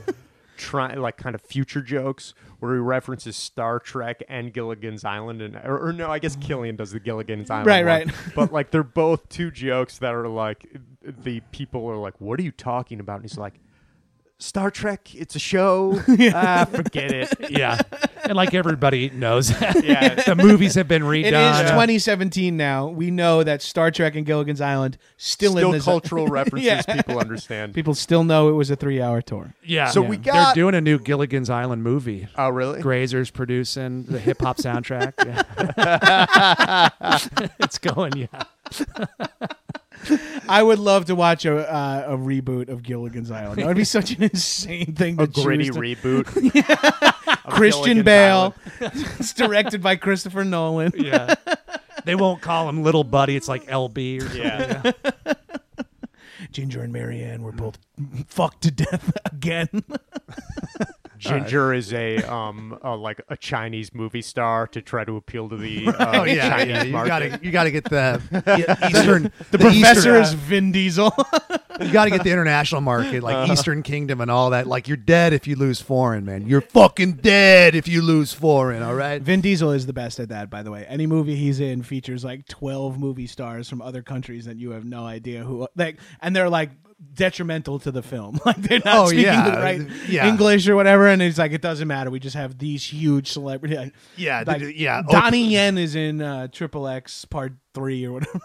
Speaker 3: try like kind of future jokes where he references Star Trek and Gilligan's Island, and or, or no, I guess Killian does the Gilligan's Island.
Speaker 1: Right,
Speaker 3: one.
Speaker 1: right.
Speaker 3: But like they're both two jokes that are like the people are like, "What are you talking about?" And he's like. Star Trek, it's a show. Ah, forget it.
Speaker 2: yeah. And like everybody knows,
Speaker 3: Yeah.
Speaker 2: the movies have been redone.
Speaker 1: It is 2017 now. We know that Star Trek and Gilligan's Island still, in
Speaker 3: Still
Speaker 1: this
Speaker 3: cultural references
Speaker 1: Yeah.
Speaker 3: people understand.
Speaker 1: People still know it was a three-hour tour.
Speaker 2: Yeah.
Speaker 3: So we got-
Speaker 2: They're doing a new Gilligan's Island movie.
Speaker 3: Oh, really?
Speaker 2: Grazer's producing the hip hop soundtrack. Yeah. it's going, yeah.
Speaker 1: I would love to watch a uh, a reboot of Gilligan's Island. That would be such an insane thing to
Speaker 3: A gritty
Speaker 1: choose to-
Speaker 3: reboot. of
Speaker 1: Christian
Speaker 3: Gilligan's
Speaker 1: Bale.
Speaker 3: Island.
Speaker 1: it's directed by Christopher Nolan.
Speaker 2: Yeah. They won't call him Little Buddy. It's like LB or something.
Speaker 3: Yeah.
Speaker 1: Ginger and Marianne were both fucked to death again.
Speaker 3: Ginger is a um uh like a Chinese movie star to try to appeal to the uh,
Speaker 2: Oh yeah,
Speaker 3: Chinese
Speaker 2: yeah, you
Speaker 3: market.
Speaker 2: got to you got to get the Eastern the,
Speaker 1: Professor
Speaker 2: Eastern-
Speaker 1: is Vin Diesel.
Speaker 2: you got to get the international market like Eastern Kingdom and all that. Like you're dead if you lose foreign, man. You're fucking dead if you lose foreign, all right?
Speaker 1: Vin Diesel is the best at that, by the way. Any movie he's in features like twelve movie stars from other countries that you have no idea who like, and they're like detrimental to the film. Like they're not
Speaker 2: Oh,
Speaker 1: speaking
Speaker 2: yeah.
Speaker 1: the right
Speaker 2: Yeah.
Speaker 1: English or whatever. And it's like it doesn't matter. We just have these huge celebrities. Like,
Speaker 2: Yeah,
Speaker 1: like,
Speaker 2: th- yeah. Oh,
Speaker 1: Donnie Yen is in uh, Triple X Part Three or whatever.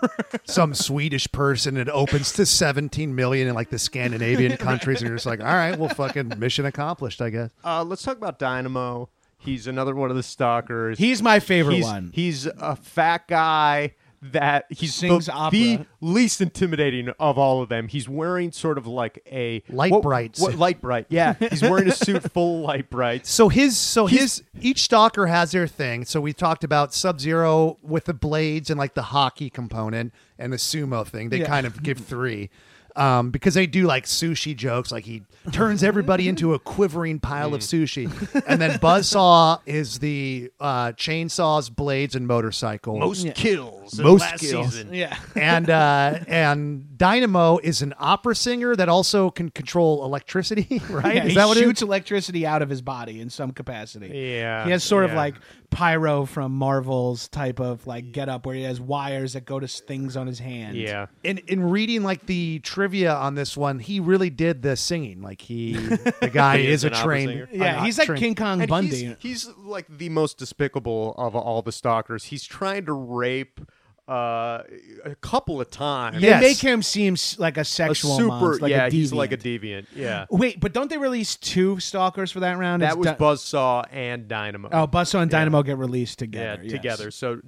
Speaker 2: some Swedish person and it opens to 17 million in like the Scandinavian countries and you're just like, all right, well, fucking mission accomplished, I guess.
Speaker 3: Uh, let's talk about Dynamo. He's another one of the stalkers.
Speaker 1: He's my favorite
Speaker 3: he's,
Speaker 1: one.
Speaker 3: He's a fat guy that he's
Speaker 1: Sings
Speaker 3: the,
Speaker 1: opera.
Speaker 3: the least intimidating of all of them. He's wearing sort of like a
Speaker 2: Light
Speaker 3: what-
Speaker 2: brights.
Speaker 3: What, light bright, yeah. He's wearing a suit full of light brights.
Speaker 2: So his so
Speaker 3: He's-
Speaker 2: his each stalker has their thing. So we talked about Sub Zero with the blades and like the hockey component and the sumo thing. They
Speaker 1: Yeah.
Speaker 2: kind of give three. Um, because they do like sushi jokes, like he turns everybody into a quivering pile of sushi, and then Buzzsaw is the uh, chainsaws, blades, and motorcycle.
Speaker 3: Oh,
Speaker 5: Most kills. in
Speaker 2: Most
Speaker 5: last
Speaker 2: kills.
Speaker 5: Season.
Speaker 1: Yeah.
Speaker 2: and uh, and Dynamo is an opera singer that also can control electricity, right?
Speaker 1: Yeah,
Speaker 2: is
Speaker 1: he
Speaker 2: that what it is?
Speaker 1: shoots electricity out of his body in some capacity.
Speaker 3: Yeah,
Speaker 1: He has sort of
Speaker 3: yeah.
Speaker 1: like pyro from Marvel's type of like get up where he has wires that go to s- things on his hand.
Speaker 3: Yeah,
Speaker 2: in in reading like the trivia on this one, he really did the singing. Like he, the guy
Speaker 3: He
Speaker 2: is
Speaker 3: is
Speaker 2: a
Speaker 3: an opera
Speaker 2: trained.
Speaker 3: singer.
Speaker 1: Yeah,
Speaker 2: an-
Speaker 1: he's like
Speaker 2: trained-
Speaker 1: King Kong
Speaker 3: And
Speaker 1: Bundy.
Speaker 3: He's, he's, like the most despicable of all the stalkers. He's trying to rape uh, a couple of times.
Speaker 1: they
Speaker 2: Yes.
Speaker 1: make him seem s- like a
Speaker 3: a
Speaker 1: sexual
Speaker 3: super.
Speaker 1: monster, like
Speaker 3: yeah,
Speaker 1: a
Speaker 3: he's like a
Speaker 1: deviant.
Speaker 3: deviant. Yeah,
Speaker 1: Wait, but don't they release two stalkers for that round?
Speaker 3: that
Speaker 1: It's
Speaker 3: was
Speaker 1: Di-
Speaker 3: Buzzsaw and Dynamo.
Speaker 1: Oh, Buzzsaw and Dynamo get released together.
Speaker 3: Yeah,
Speaker 1: yes.
Speaker 3: together. So d-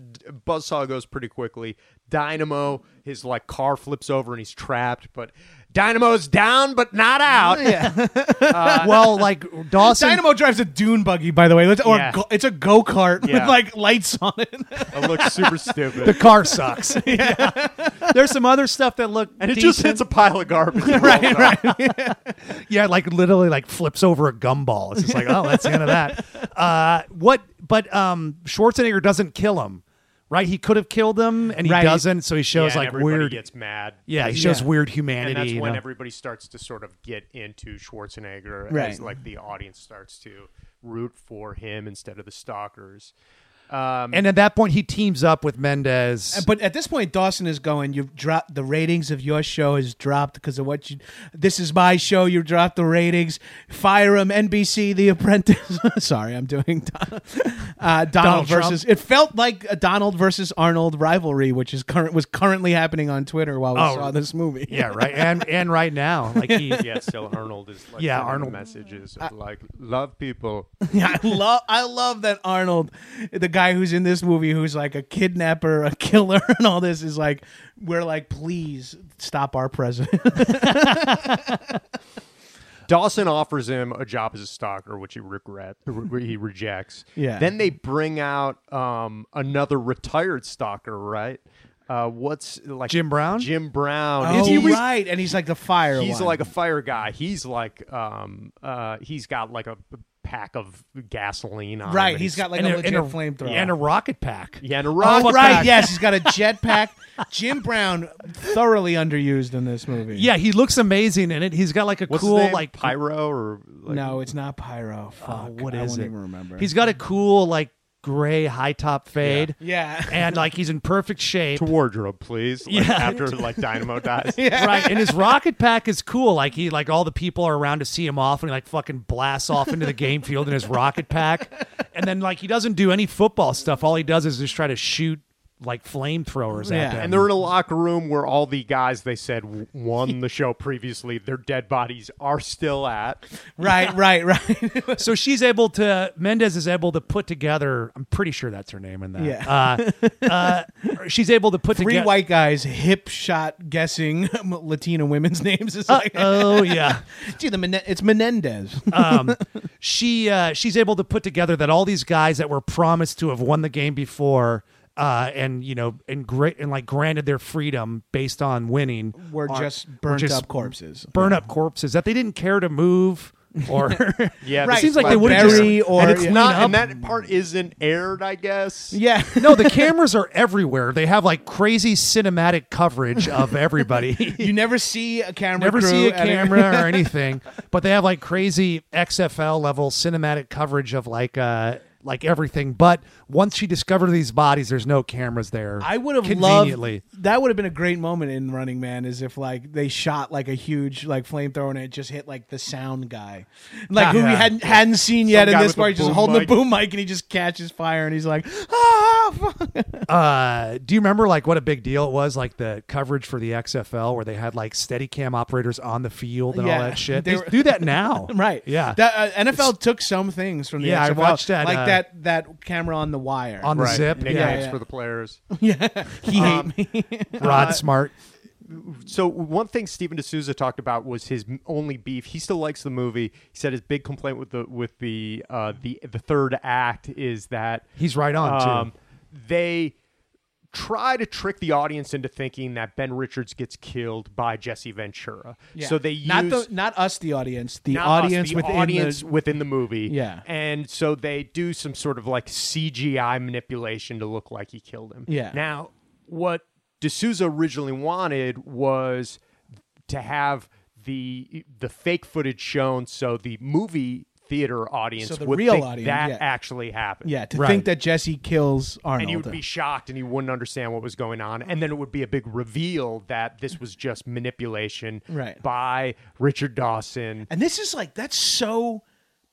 Speaker 3: Buzzsaw goes pretty quickly. Dynamo, his like car flips over and he's trapped, but Dynamo's down but
Speaker 1: Oh,
Speaker 3: not out.
Speaker 2: well, like Dawson.
Speaker 1: Dynamo drives a dune buggy, by the way, Let's- or
Speaker 3: Yeah.
Speaker 1: go- it's a go kart with
Speaker 3: Yeah.
Speaker 1: like lights on it.
Speaker 3: It looks super stupid.
Speaker 2: the car sucks. There's some other stuff that look
Speaker 3: and it just hits a pile of garbage. right, right.
Speaker 2: yeah, like literally like flips over a gumball. It's just like, oh, that's the end of that. Uh, what? But um, Schwarzenegger doesn't kill him, right? He could have killed him, and he
Speaker 1: Right.
Speaker 2: doesn't. So he shows like
Speaker 3: everybody
Speaker 2: weird.
Speaker 3: gets mad.
Speaker 2: yeah, he shows
Speaker 1: Yeah.
Speaker 2: weird humanity.
Speaker 3: And that's
Speaker 2: you
Speaker 3: when
Speaker 2: know?
Speaker 3: everybody starts to sort of get into Schwarzenegger
Speaker 1: Right.
Speaker 3: as like the audience starts to root for him instead of the stalkers. Um,
Speaker 2: and at that point, he teams up with Mendez.
Speaker 1: Uh, But at this point, Dawson is going. You've dropped the ratings of your show has dropped because of what you. This is my show. You dropped the ratings. Fire him, NBC, The Apprentice. Sorry, I'm doing Don- uh, Donald,
Speaker 2: Donald Trump.
Speaker 1: versus. It felt like a Donald versus Arnold rivalry, which is current was currently happening on Twitter while we
Speaker 2: Oh,
Speaker 1: saw this movie.
Speaker 2: yeah, right. And and right now, like he,
Speaker 3: yeah, still Arnold is like
Speaker 2: Yeah,
Speaker 3: sending
Speaker 2: Arnold.
Speaker 3: messages of like love people.
Speaker 1: Yeah, I love I love that Arnold, the guy who's in this movie, who's like a kidnapper, a killer, and all this is like, we're like, please stop our president.
Speaker 3: Dawson offers him a job as a stalker, which he regret re- he rejects.
Speaker 1: Yeah.
Speaker 3: Then they bring out um, another retired stalker, right? Uh, what's like
Speaker 2: Jim Brown?
Speaker 3: Jim Brown.
Speaker 1: Oh,
Speaker 3: Is he re-
Speaker 1: right, and he's like the fire.
Speaker 3: He's
Speaker 1: one.
Speaker 3: like a fire guy. He's like um uh he's got like a pack of gasoline on.
Speaker 1: right.
Speaker 3: him
Speaker 1: He's got like
Speaker 2: and
Speaker 1: a
Speaker 2: a-
Speaker 1: legit
Speaker 2: and a-
Speaker 1: flamethrower.
Speaker 2: and a rocket pack.
Speaker 3: yeah, and a rock.
Speaker 1: oh,
Speaker 2: rocket
Speaker 1: right.
Speaker 2: pack.
Speaker 1: Yes, he's got a jetpack. Jim Brown thoroughly underused in this movie.
Speaker 2: Yeah, he looks amazing in it. He's got like a
Speaker 3: What's his
Speaker 2: cool
Speaker 3: name?
Speaker 2: like
Speaker 3: pyro or like,
Speaker 1: no, it's not pyro. Fuck.
Speaker 2: Oh, what
Speaker 1: I
Speaker 2: is
Speaker 1: won't
Speaker 2: it?
Speaker 1: even remember.
Speaker 2: He's got a cool like gray high top fade,
Speaker 1: yeah.
Speaker 2: and like he's in perfect shape.
Speaker 3: to wardrobe, please. Like,
Speaker 2: Yeah.
Speaker 3: After like Dynamo dies.
Speaker 2: Right, and his rocket pack is cool. Like he, like all the people are around to see him off, and he like fucking blasts off into the game field in his rocket pack, and then like he doesn't do any football stuff. All he does is just try to shoot like flamethrowers
Speaker 1: Yeah.
Speaker 2: at them.
Speaker 3: And they're in a locker room where all the guys they said w- won the show previously, their dead bodies are still at.
Speaker 1: Right. Right. Right.
Speaker 2: So she's able to Mendez is able to put together. I'm pretty sure that's her name in that.
Speaker 1: Yeah.
Speaker 2: Uh, uh, she's able to put
Speaker 1: Three
Speaker 2: together.
Speaker 1: white guys, hip shot guessing Latina women's names. It's like,
Speaker 2: oh yeah.
Speaker 1: gee, the Mene- it's Menendez.
Speaker 2: Um, she uh, she's able to put together that all these guys that were promised to have won the game before. Uh, and you know, and great, and like granted their freedom based on winning.
Speaker 1: We're
Speaker 2: are-
Speaker 1: just
Speaker 2: were
Speaker 1: burnt
Speaker 2: just
Speaker 1: up corpses.
Speaker 2: burn up corpses that they didn't care to move, or
Speaker 3: Yeah,
Speaker 2: it
Speaker 3: Right.
Speaker 2: seems like
Speaker 3: like
Speaker 2: they would have just.
Speaker 1: bury or-
Speaker 2: and it's
Speaker 1: Yeah.
Speaker 2: not,
Speaker 3: Not, and that part isn't aired, I guess.
Speaker 1: Yeah.
Speaker 2: no, the cameras are everywhere. They have like crazy cinematic coverage of everybody.
Speaker 1: You never see a camera.
Speaker 2: Never
Speaker 1: crew
Speaker 2: see a
Speaker 1: at
Speaker 2: camera or anything, but they have like crazy XFL level cinematic coverage of like uh like everything. But once she discovered these bodies, there's no cameras there.
Speaker 1: I would have
Speaker 2: conveniently.
Speaker 1: loved that would have been a great moment in Running Man is if like they shot like a huge like flamethrower and it just hit like the sound guy. Like who we
Speaker 2: Yeah.
Speaker 1: hadn't hadn't seen yet in
Speaker 3: guy
Speaker 1: this
Speaker 3: with a
Speaker 1: part, he's just
Speaker 3: boom
Speaker 1: holding
Speaker 3: mic.
Speaker 1: the boom mic and he just catches fire and he's like, ah, fuck."
Speaker 2: Uh, do you remember like what a big deal it was? Like the coverage for the XFL where they had like steady cam operators on the field and all
Speaker 1: Yeah.
Speaker 2: that shit.
Speaker 1: They
Speaker 2: They,
Speaker 1: were-
Speaker 2: do that now.
Speaker 1: right.
Speaker 2: Yeah.
Speaker 1: That, uh, NFL took some things from the
Speaker 2: Yeah, I
Speaker 1: XFL.
Speaker 2: watched that,
Speaker 1: Like
Speaker 2: uh,
Speaker 1: that that camera on the wire.
Speaker 2: on the
Speaker 3: Right.
Speaker 2: zip.
Speaker 3: Nicknames
Speaker 1: Yeah, yeah. Um,
Speaker 3: for the players.
Speaker 1: he hate me.
Speaker 2: Rod
Speaker 1: uh,
Speaker 2: Smart.
Speaker 3: So one thing Stephen D'Souza talked about was his m- only beef. He still likes the movie. He said his big complaint with the with the uh, the the third act is that um,
Speaker 2: He's right on, too.
Speaker 3: They try to trick the audience into thinking that Ben Richards gets killed by Jesse Ventura.
Speaker 1: Yeah.
Speaker 3: So they use
Speaker 1: not the, not us, the audience, the
Speaker 3: not us,
Speaker 1: audience
Speaker 3: the
Speaker 1: within
Speaker 3: audience
Speaker 1: the.
Speaker 3: within the movie.
Speaker 1: Yeah.
Speaker 3: And so they do some sort of like CGI manipulation to look like he killed him.
Speaker 1: Yeah.
Speaker 3: Now, what D'Souza originally wanted was to have the the fake footage shown so the movie theater audience
Speaker 1: So the
Speaker 3: would
Speaker 1: real
Speaker 3: think
Speaker 1: audience,
Speaker 3: that
Speaker 1: yeah.
Speaker 3: actually happened.
Speaker 1: Yeah, to
Speaker 2: Right.
Speaker 1: think that Jesse kills Arnold.
Speaker 3: And he would be shocked and he wouldn't understand what was going on. And then it would be a big reveal that this was just manipulation
Speaker 1: Right.
Speaker 3: by Richard Dawson.
Speaker 1: And this is like that's so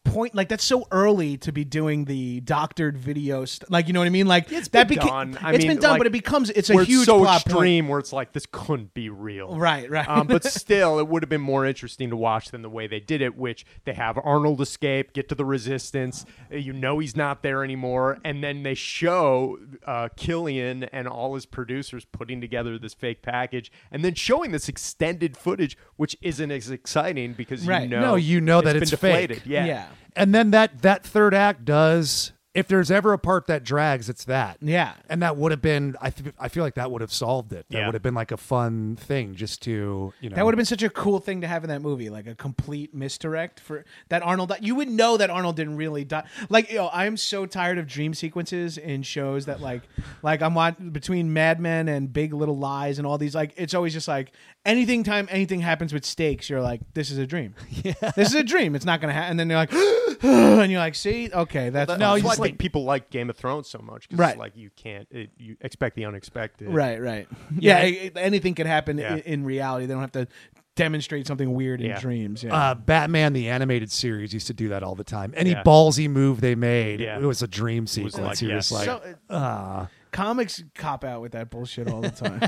Speaker 1: point like that's so early to be doing the doctored video st- like you know what I mean like it's that
Speaker 3: been
Speaker 1: beca-
Speaker 3: done. I
Speaker 1: it's
Speaker 3: mean,
Speaker 1: been done
Speaker 3: like,
Speaker 1: but it becomes it's
Speaker 3: where
Speaker 1: a huge
Speaker 3: so
Speaker 1: plot point.
Speaker 3: extreme where it's like this couldn't be real
Speaker 1: Right, right.
Speaker 3: um, but still it would have been more interesting to watch than the way they did it which they have arnold escape get to the resistance uh, you know he's not there anymore and then they show uh, killian and all his producers putting together this fake package and then showing this extended footage which isn't as exciting because
Speaker 1: Right.
Speaker 3: you know
Speaker 2: No, you know that
Speaker 3: it's
Speaker 2: it's
Speaker 3: been
Speaker 2: fake.
Speaker 3: deflated yeah
Speaker 1: yeah.
Speaker 2: And then that that third act does. If there's ever a part that drags, it's that.
Speaker 1: Yeah.
Speaker 2: And that would have been. I th- I feel like that would have solved it. That
Speaker 3: Yeah.
Speaker 2: would have been like a fun thing just to you know.
Speaker 1: That would have been such a cool thing to have in that movie, like a complete misdirect for that Arnold. You would know that Arnold didn't really die. Like, yo, I'm so tired of dream sequences in shows that, like, like I'm watching between Mad Men and Big Little Lies and all these. Like, it's always just like anything time anything happens with stakes, you're like, this is a dream. Yeah. This is a dream. It's not gonna happen. And then you're like, and you're like, see, okay, that's
Speaker 3: That-
Speaker 1: fine.
Speaker 3: that's why I think people like Game of Thrones so much because
Speaker 1: Right.
Speaker 3: like you can't it, you expect the unexpected
Speaker 1: Right, right. Yeah, it- anything could happen
Speaker 3: Yeah.
Speaker 1: in, in reality. They don't have to demonstrate something weird in
Speaker 3: Yeah.
Speaker 1: dreams. Yeah.
Speaker 2: Uh, Batman the animated series used to do that all the time. Any
Speaker 3: Yeah.
Speaker 2: ballsy move they made,
Speaker 3: Yeah.
Speaker 2: it was a dream sequence.
Speaker 3: like,
Speaker 2: You're just
Speaker 3: yes.
Speaker 2: like, ah.
Speaker 1: So, comics cop out with that bullshit all the time.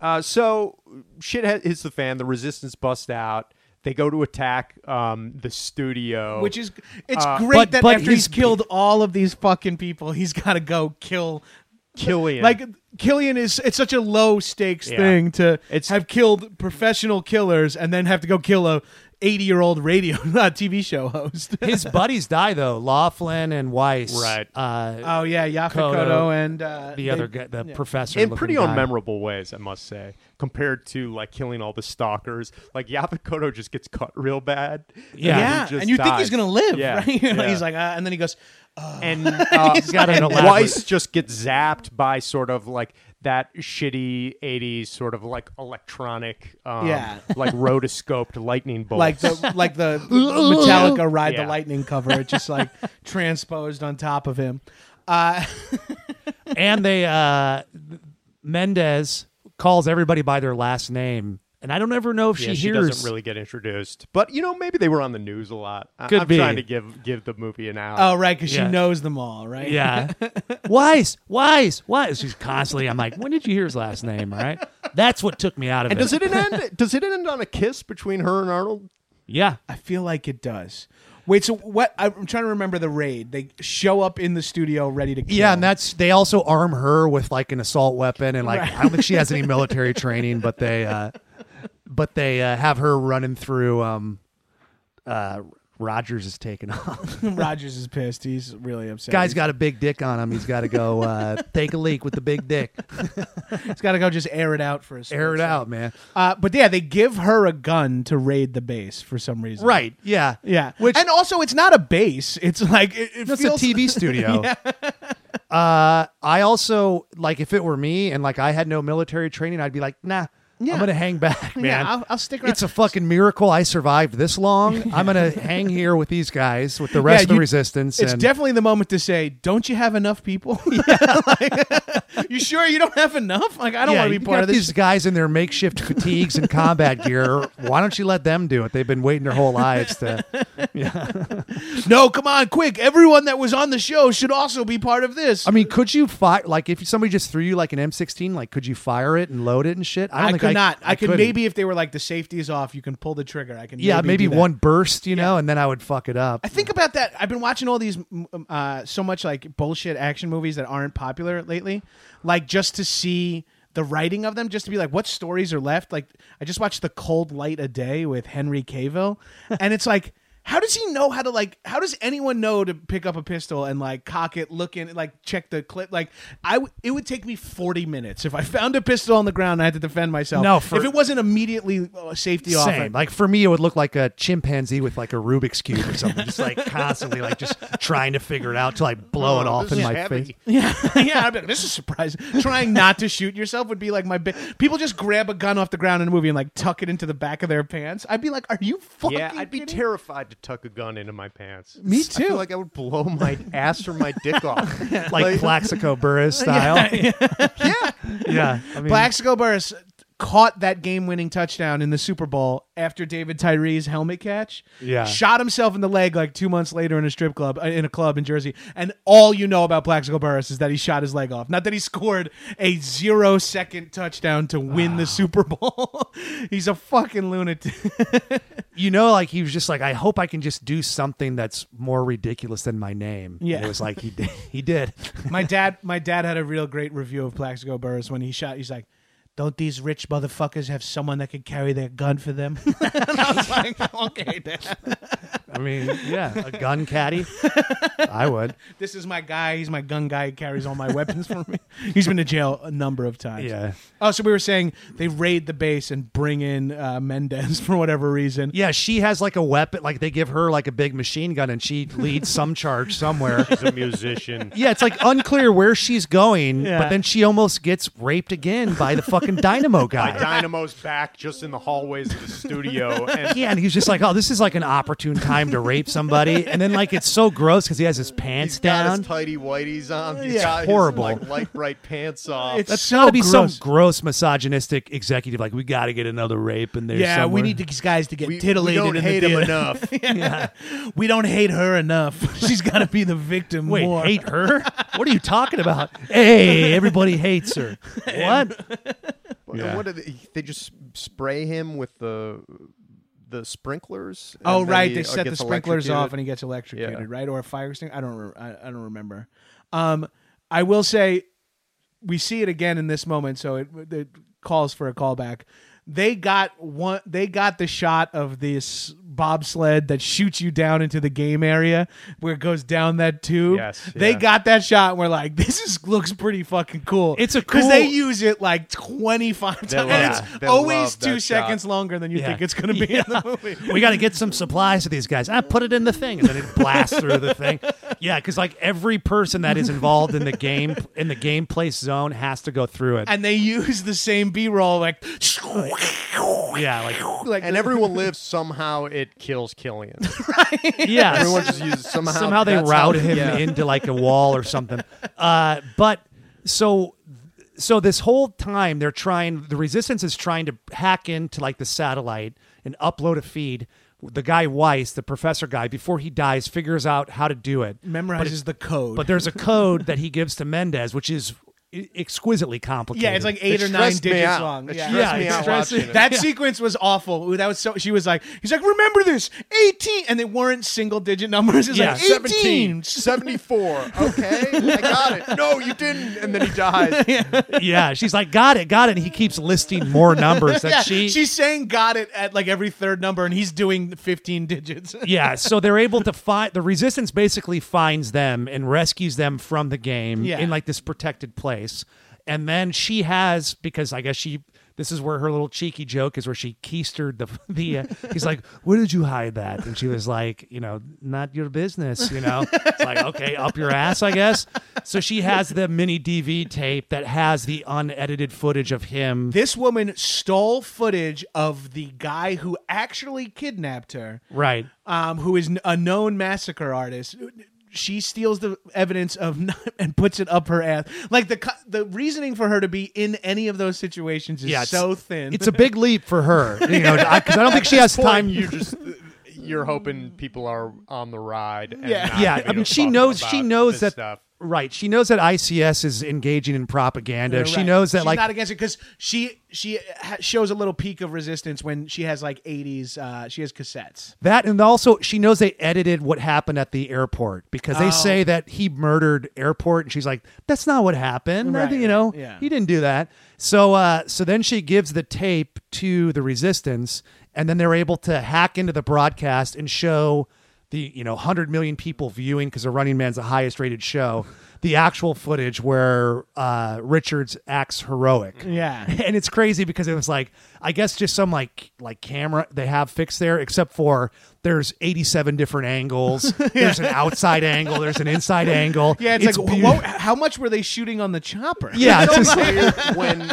Speaker 3: Uh, so shit ha- hits the fan. The resistance busts out. They go to attack um, the studio,
Speaker 1: Which is it's
Speaker 3: Uh,
Speaker 1: great
Speaker 2: but-
Speaker 1: that
Speaker 2: but
Speaker 1: after he's,
Speaker 2: he's-
Speaker 1: killed all of these fucking people, he's got to go kill
Speaker 3: Killian.
Speaker 1: Like Killian is it's such a low stakes
Speaker 3: Yeah.
Speaker 1: thing to
Speaker 3: It's-
Speaker 1: have killed professional killers and then have to go kill a 80-year-old radio uh, TV show host.
Speaker 2: his buddies die though. Laughlin and Weiss,
Speaker 3: Right.
Speaker 2: Uh,
Speaker 1: oh yeah, Yaphet
Speaker 2: Kodo,
Speaker 1: Kodo and uh,
Speaker 2: the
Speaker 1: they-
Speaker 2: other guy, the professor,
Speaker 3: in
Speaker 2: looking
Speaker 3: pretty
Speaker 2: guy.
Speaker 3: unmemorable ways, I must say, compared to like killing all the stalkers. Like Yamakoto just gets cut real bad.
Speaker 2: Yeah,
Speaker 1: Yeah,
Speaker 3: he just
Speaker 1: and you think he's
Speaker 3: dies.
Speaker 1: gonna live,
Speaker 3: Yeah,
Speaker 1: right? Like,
Speaker 3: yeah.
Speaker 1: He's like, uh, and then he goes,
Speaker 3: and uh,
Speaker 2: got an
Speaker 3: and
Speaker 2: elaborate-
Speaker 3: Weiss just gets zapped by sort of like that shitty '80s sort of like electronic, um,
Speaker 1: Yeah.
Speaker 3: like rotoscoped lightning bolt.
Speaker 1: like the like the Metallica ride the
Speaker 3: Yeah.
Speaker 1: lightning cover. It's just like transposed on top of him. Uh,
Speaker 2: and they uh Mendez calls everybody by their last name. And I don't ever know if
Speaker 3: Yeah,
Speaker 2: she,
Speaker 3: she
Speaker 2: hears
Speaker 3: doesn't really get introduced. But you know, maybe they were on the news a lot. I-
Speaker 2: Could
Speaker 3: I'm
Speaker 2: be.
Speaker 3: trying to give give the movie an out.
Speaker 1: oh right, because
Speaker 2: Yeah.
Speaker 1: she knows them all, right?
Speaker 2: Yeah. Weiss, Weiss, Weiss. She's constantly I'm like, when did you hear his last name? All right. That's what took me out of
Speaker 3: and
Speaker 2: it.
Speaker 3: does it end? does it end on a kiss between her and Arnold?
Speaker 2: Yeah.
Speaker 1: I feel like it does. Wait, so what? I'm trying to remember the raid. They show up in the studio ready to kill.
Speaker 2: Yeah, and that's they also arm her with like an assault weapon and like
Speaker 1: Right.
Speaker 2: I don't think she has any military training, but they uh but they uh, have her running through um uh Rogers is taking off.
Speaker 1: Rogers is pissed. He's really upset.
Speaker 2: Guy's got a big dick on him. He's got to go uh, take a leak with the big dick.
Speaker 1: he's got to go just air it out for a
Speaker 2: Air it out, man.
Speaker 1: Uh, but yeah, they give her a gun to raid the base for some reason.
Speaker 2: Right. Yeah.
Speaker 1: Yeah.
Speaker 2: Which
Speaker 1: and also, it's not a base. It's like it, it
Speaker 2: that's
Speaker 1: feels
Speaker 2: a TV studio. Uh, I also like if it were me and like I had no military training, I'd be like, nah,
Speaker 1: Yeah.
Speaker 2: I'm gonna hang back, man.
Speaker 1: Yeah, I'll, I'll stick around.
Speaker 2: it's a fucking miracle I survived this long. I'm gonna hang here with these guys with the rest of the
Speaker 1: you-
Speaker 2: resistance.
Speaker 1: It's
Speaker 2: and
Speaker 1: definitely the moment to say, "Don't you have enough people? Like, you sure you don't have enough? Like I don't
Speaker 2: yeah,
Speaker 1: want to
Speaker 2: you
Speaker 1: be part
Speaker 2: got
Speaker 1: of this."
Speaker 2: These guys in their makeshift fatigues and combat gear. Why don't you let them do it? They've been waiting their whole lives to.
Speaker 1: No, come on, quick! Everyone that was on the show should also be part of this.
Speaker 2: I mean, could you fire like if somebody just threw you like an M16, like could you fire it and load it and shit? I don't think
Speaker 1: could not. I, could
Speaker 2: couldn't.
Speaker 1: maybe if they were like the safety is off, you can pull the trigger. I can.
Speaker 2: Yeah, maybe,
Speaker 1: do that.
Speaker 2: one burst, you know, and then I would fuck it up.
Speaker 1: I think about that. I've been watching all these mm, um, uh, so much like bullshit action movies that aren't popular lately, like just to see the writing of them, just to be like, what stories are left? Like, I just watched The Cold Light a Day with Henry Cavill, and it's like. How does he know how to like? How does anyone know to pick up a pistol and like cock it, look in, like check the clip? Like I, w- it would take me forty minutes if I found a pistol on the ground. and I had to defend myself.
Speaker 2: No, for-
Speaker 1: if it wasn't immediately uh, safety off,
Speaker 2: Same. Like for me, it would look like a chimpanzee with like a Rubik's cube or something, just like constantly like just trying to figure it out till I blow it
Speaker 3: Oh,
Speaker 2: off
Speaker 3: this
Speaker 2: in
Speaker 3: is
Speaker 2: my
Speaker 3: heavy.
Speaker 2: face.
Speaker 1: Yeah, yeah. I'd be like, this is surprising. Trying not to shoot yourself would be like my. Bi- People just grab a gun off the ground in a movie and like tuck it into the back of their pants. I'd be like, are you fucking?
Speaker 3: Yeah, I'd be
Speaker 1: kidding?
Speaker 3: terrified to tuck a gun into my pants.
Speaker 1: Me
Speaker 3: I
Speaker 1: too.
Speaker 3: feel like I would blow my ass or my dick off.
Speaker 2: Like, Plaxico Burris style. Yeah. I mean,
Speaker 1: Plaxico Burris caught that game-winning touchdown in the Super Bowl after David Tyree's helmet catch.
Speaker 2: Yeah.
Speaker 1: shot himself in the leg like two months later in a strip club uh, in a club in Jersey. And all you know about Plaxico Burris is that he shot his leg off. Not that he scored a zero-second touchdown to win the Super Bowl. He's a fucking lunatic.
Speaker 2: you know, like he was just like, I hope I can just do something that's more ridiculous than my name. And
Speaker 1: Yeah.
Speaker 2: It was like he did. He did.
Speaker 1: my dad my dad had a real great review of Plaxico Burris when he shot he's like don't these rich motherfuckers have someone that could carry their gun for them? and I was like, okay, Dad.
Speaker 2: I mean, yeah, a gun caddy. I would.
Speaker 1: this is my guy. He's my gun guy. He carries all my weapons for me. He's been to jail a number of times.
Speaker 2: Yeah.
Speaker 1: Oh, so we were saying they raid the base and bring in uh, Mendez for whatever reason.
Speaker 2: Yeah, she has like a weapon. Like they give her like a big machine gun, and she leads some charge somewhere.
Speaker 3: He's a musician.
Speaker 2: Yeah, it's like unclear where she's going,
Speaker 1: Yeah.
Speaker 2: but then she almost gets raped again by the fucking dynamo
Speaker 3: My
Speaker 2: guy.
Speaker 3: dynamo's back just in the hallways of the studio. And
Speaker 2: Yeah, and he's just like, "Oh, this is like an opportune time to rape somebody," and then like it's so gross because he has his pants
Speaker 3: he's got
Speaker 2: down.
Speaker 3: his tighty whities on. He's
Speaker 2: It's
Speaker 3: got his,
Speaker 2: horrible.
Speaker 3: like, light bright pants off.
Speaker 1: It's
Speaker 2: That's
Speaker 1: so
Speaker 2: gotta be some
Speaker 1: gross.
Speaker 2: gross misogynistic executive. Like, we got to get another rape in there.
Speaker 1: yeah, we
Speaker 2: somewhere."
Speaker 1: need these guys to get
Speaker 3: we, we
Speaker 1: titillated.
Speaker 3: don't
Speaker 1: in
Speaker 3: hate
Speaker 1: the
Speaker 3: him
Speaker 1: theater.
Speaker 3: enough.
Speaker 1: We don't hate her enough. She's got to be the victim
Speaker 2: Wait,
Speaker 1: more.
Speaker 2: hate her? What are you talking about? Hey, everybody hates her. What?
Speaker 3: Well,
Speaker 2: Yeah.
Speaker 3: What do they, they just spray him with the the sprinklers?
Speaker 1: Oh
Speaker 3: and then
Speaker 1: right,
Speaker 3: he,
Speaker 1: they
Speaker 3: uh,
Speaker 1: set the
Speaker 3: gets
Speaker 1: sprinklers off and
Speaker 3: electrocuted?
Speaker 1: he gets electrocuted,
Speaker 3: Yeah.
Speaker 1: right? Or a fire extinguisher. I don't. Re- I, I don't remember. Um, I will say, we see it again in this moment, so it, it calls for a callback. They got one. They got the shot of this bobsled that shoots you down into the game area where it goes down that tube.
Speaker 3: Yes,
Speaker 1: they
Speaker 3: yeah.
Speaker 1: got that shot. And we're like, this is looks pretty fucking cool.
Speaker 2: It's a
Speaker 1: because they
Speaker 2: cool-
Speaker 1: use it like twenty five times.
Speaker 3: love
Speaker 1: It's
Speaker 3: that. They
Speaker 1: always
Speaker 3: love that
Speaker 1: two
Speaker 3: shot.
Speaker 1: seconds longer than you
Speaker 2: Yeah.
Speaker 1: think it's going to be in the movie.
Speaker 2: we got to get some supplies to these guys. I put it in the thing, and then it blasts through the thing. Yeah, because like every person that is involved in the game in the game place zone has to go through it.
Speaker 1: and they use the same B-roll like
Speaker 2: yeah, like
Speaker 1: like
Speaker 3: And everyone lives somehow. It kills Killian.
Speaker 2: yeah.
Speaker 3: Everyone just uses somehow.
Speaker 2: somehow they
Speaker 3: that's
Speaker 2: route
Speaker 3: how-
Speaker 2: him
Speaker 3: yeah.
Speaker 2: into like a wall or something. Uh, but so so this whole time they're trying the resistance is trying to hack into like the satellite and upload a feed. The guy Weiss, the professor guy, before he dies, figures out how to do it. But
Speaker 1: memorizes the code.
Speaker 2: But there's a code that he gives to Mendez, which is i- exquisitely complicated.
Speaker 1: yeah, it's like eight
Speaker 3: It
Speaker 1: or nine
Speaker 3: stressed me
Speaker 1: digits
Speaker 3: out.
Speaker 1: long.
Speaker 3: It
Speaker 1: Yeah.
Speaker 3: stressed
Speaker 2: Yeah,
Speaker 3: me
Speaker 2: it
Speaker 3: out
Speaker 2: stressed-
Speaker 3: watching it.
Speaker 1: That sequence was awful. Ooh, That was so. She was like, he's like, remember this, eighteen, and they weren't single digit numbers. It's
Speaker 2: Yeah.
Speaker 1: like
Speaker 3: 17,
Speaker 1: eighteen.
Speaker 3: 74. Okay, I got it. No, you didn't. And then he dies.
Speaker 2: yeah. She's like, got it, got it. And he keeps listing more numbers that
Speaker 1: Yeah,
Speaker 2: she
Speaker 1: she's saying got it at like every third number, and he's doing fifteen digits.
Speaker 2: yeah, so they're able to find the resistance basically finds them and rescues them from the game
Speaker 1: Yeah.
Speaker 2: in like this protected place. And then she has because I guess she this is where her little cheeky joke is where she keistered the the uh, he's like, "Where did you hide that?" And she was like, you know, "Not your business," you know. It's like, "Okay, up your ass, I guess." So she has the mini DV tape that has the unedited footage of him
Speaker 1: This woman stole footage of the guy who actually kidnapped her.
Speaker 2: right.
Speaker 1: um, who is n- a known massacre artist. She steals the evidence of n- and puts it up her ass. Like the co- the reasoning for her to be in any of those situations is
Speaker 2: it's-
Speaker 1: so thin.
Speaker 2: It's a big leap for her, you know, because I, don't think she has time.
Speaker 3: Time you just you're hoping people are on the ride. And
Speaker 1: Yeah.
Speaker 3: not,
Speaker 2: Yeah,
Speaker 3: you
Speaker 2: I
Speaker 3: know,
Speaker 2: mean, she
Speaker 3: talking
Speaker 2: knows- she
Speaker 3: about
Speaker 2: knows
Speaker 3: this
Speaker 2: that-
Speaker 3: stuff.
Speaker 2: Right. She knows that ICS is engaging in propaganda.
Speaker 1: You're
Speaker 2: She
Speaker 1: right.
Speaker 2: knows that,
Speaker 1: She's
Speaker 2: like,
Speaker 1: not against it because she she ha- shows a little peak of resistance when she has like 80s. Uh, she has cassettes.
Speaker 2: that, and also she knows they edited what happened at the airport because
Speaker 1: Oh.
Speaker 2: they say that he murdered airport, and she's like, "That's not what happened. I
Speaker 1: Right,
Speaker 2: think, you know,
Speaker 1: right, yeah.
Speaker 2: he didn't do that." So, uh, so then she gives the tape to the resistance, and then they're able to hack into the broadcast and show the you know 100 million people viewing because the running man's the highest rated show the actual footage where uh, richards acts heroic
Speaker 1: Yeah.
Speaker 2: and it's crazy because it was like I guess just some like like camera they have fixed there, except for there's 87 different angles. There's an outside angle. There's an inside angle.
Speaker 1: Yeah, it's, like
Speaker 2: beau-
Speaker 1: whoa, how much were they shooting on the chopper?
Speaker 2: Yeah, it's just-
Speaker 3: weird when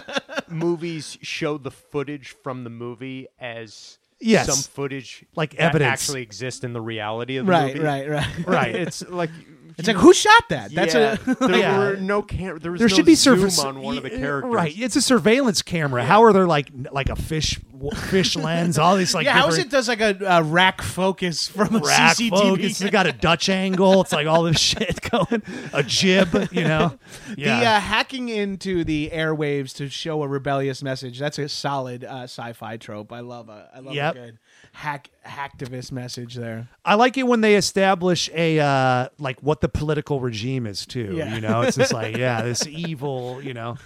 Speaker 3: movies show the footage from the movie as
Speaker 2: Yes.
Speaker 3: some footage
Speaker 2: Like
Speaker 3: that
Speaker 2: evidence.
Speaker 3: actually exists in the reality of the
Speaker 1: right,
Speaker 3: movie.
Speaker 1: right, right.
Speaker 2: right.
Speaker 3: It's like
Speaker 1: It's like who shot that? That's
Speaker 3: yeah,
Speaker 1: a
Speaker 3: there
Speaker 2: Yeah.
Speaker 3: were no cam- there was
Speaker 2: there
Speaker 3: no
Speaker 2: should be
Speaker 3: zoom
Speaker 2: surface
Speaker 3: on one of the
Speaker 2: Yeah,
Speaker 3: characters.
Speaker 2: Right, it's a surveillance camera. How are there like like a fish fish lens? All these like
Speaker 1: yeah. How is it
Speaker 2: different
Speaker 1: does like a, a rack focus from a
Speaker 2: rack
Speaker 1: CCTV?
Speaker 2: focus? They got a Dutch angle. It's like all this shit going a jib. You know, yeah.
Speaker 1: The uh, hacking into the airwaves to show a rebellious message. That's a solid uh, sci-fi trope. I love a I love
Speaker 2: Yep.
Speaker 1: a good hack hacktivist message there.
Speaker 2: I like it when they establish a uh, like what the political regime is too.
Speaker 1: Yeah.
Speaker 2: You know, it's just like yeah, this evil. You know,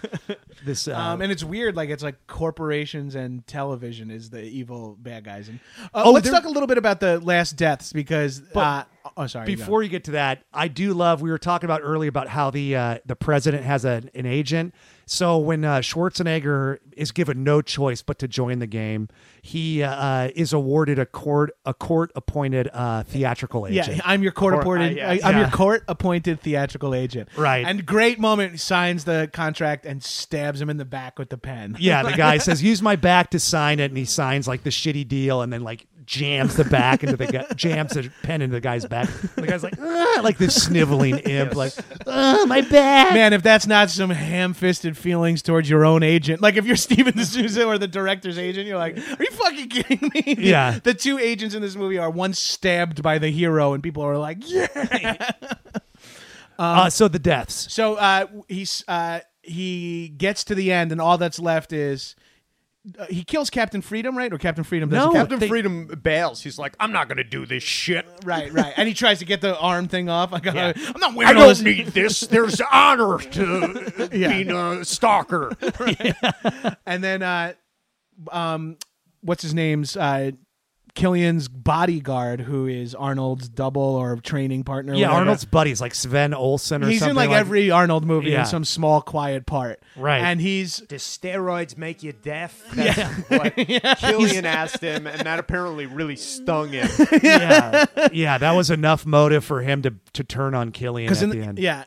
Speaker 2: this. Uh,
Speaker 1: Um, and it's weird, like it's like corporations and television is the evil bad guys. And uh,
Speaker 2: Oh,
Speaker 1: let's
Speaker 2: there-
Speaker 1: talk a little bit about the last deaths because. uh, oh, sorry. you go.
Speaker 2: before you get to that, I do love. We were talking about earlier about how the uh, the president has a, an agent. So when uh, Schwarzenegger is given no choice but to join the game, he uh, is awarded a court a court appointed uh, theatrical agent.
Speaker 1: Yeah, I'm your court appointed.
Speaker 3: uh,
Speaker 1: I,
Speaker 3: yeah.
Speaker 1: I'm your
Speaker 2: Yeah.
Speaker 1: court appointed theatrical agent.
Speaker 2: Right.
Speaker 1: And great moment signs the contract and stabs him in the back with the pen.
Speaker 2: Yeah, the guy says, "Use my back to sign it," and he signs like the shitty deal, and then like jams the back into the guy, jams the pen into the guy's back. The guy's like, "Ugh," like this sniveling imp, like, "Ugh, my back.
Speaker 1: Man, if that's not some ham-fisted feelings towards your own agent, like if you're Steven D'Souza or the director's agent, you're like, are you fucking kidding me?
Speaker 2: Yeah.
Speaker 1: The two agents in this movie are one stabbed by the hero, and people are like, yeah.
Speaker 2: uh, so the deaths.
Speaker 1: So uh, he's uh, he gets to the end, and all that's left is. Uh, he kills Captain Freedom, right? Or Captain Freedom doesn't
Speaker 2: No.
Speaker 1: kill-
Speaker 3: Captain
Speaker 2: They-
Speaker 3: Freedom bails. He's like, I'm not gonna do this shit.
Speaker 1: Right, right. And he tries to get the arm thing off. I gotta, I'm not wearing
Speaker 3: I
Speaker 1: all this.
Speaker 3: don't need this. There's honor to
Speaker 1: Yeah.
Speaker 3: being a stalker.
Speaker 1: and then, uh, um, what's his name's uh, Killian's bodyguard, who is Arnold's double or training partner.
Speaker 2: Yeah,
Speaker 1: whatever.
Speaker 2: Arnold's buddies like Sven Olsen or
Speaker 1: He's
Speaker 2: something.
Speaker 1: in like, every Arnold movie
Speaker 2: Yeah.
Speaker 1: in some small quiet part.
Speaker 2: Right.
Speaker 1: And he's
Speaker 3: Does steroids make you deaf? That's what Killian asked him, and that apparently really stung him. Oh,
Speaker 2: yeah, yeah. That was enough motive for him to to turn on Killian at
Speaker 1: in
Speaker 2: the
Speaker 1: the-
Speaker 2: end.
Speaker 1: Yeah.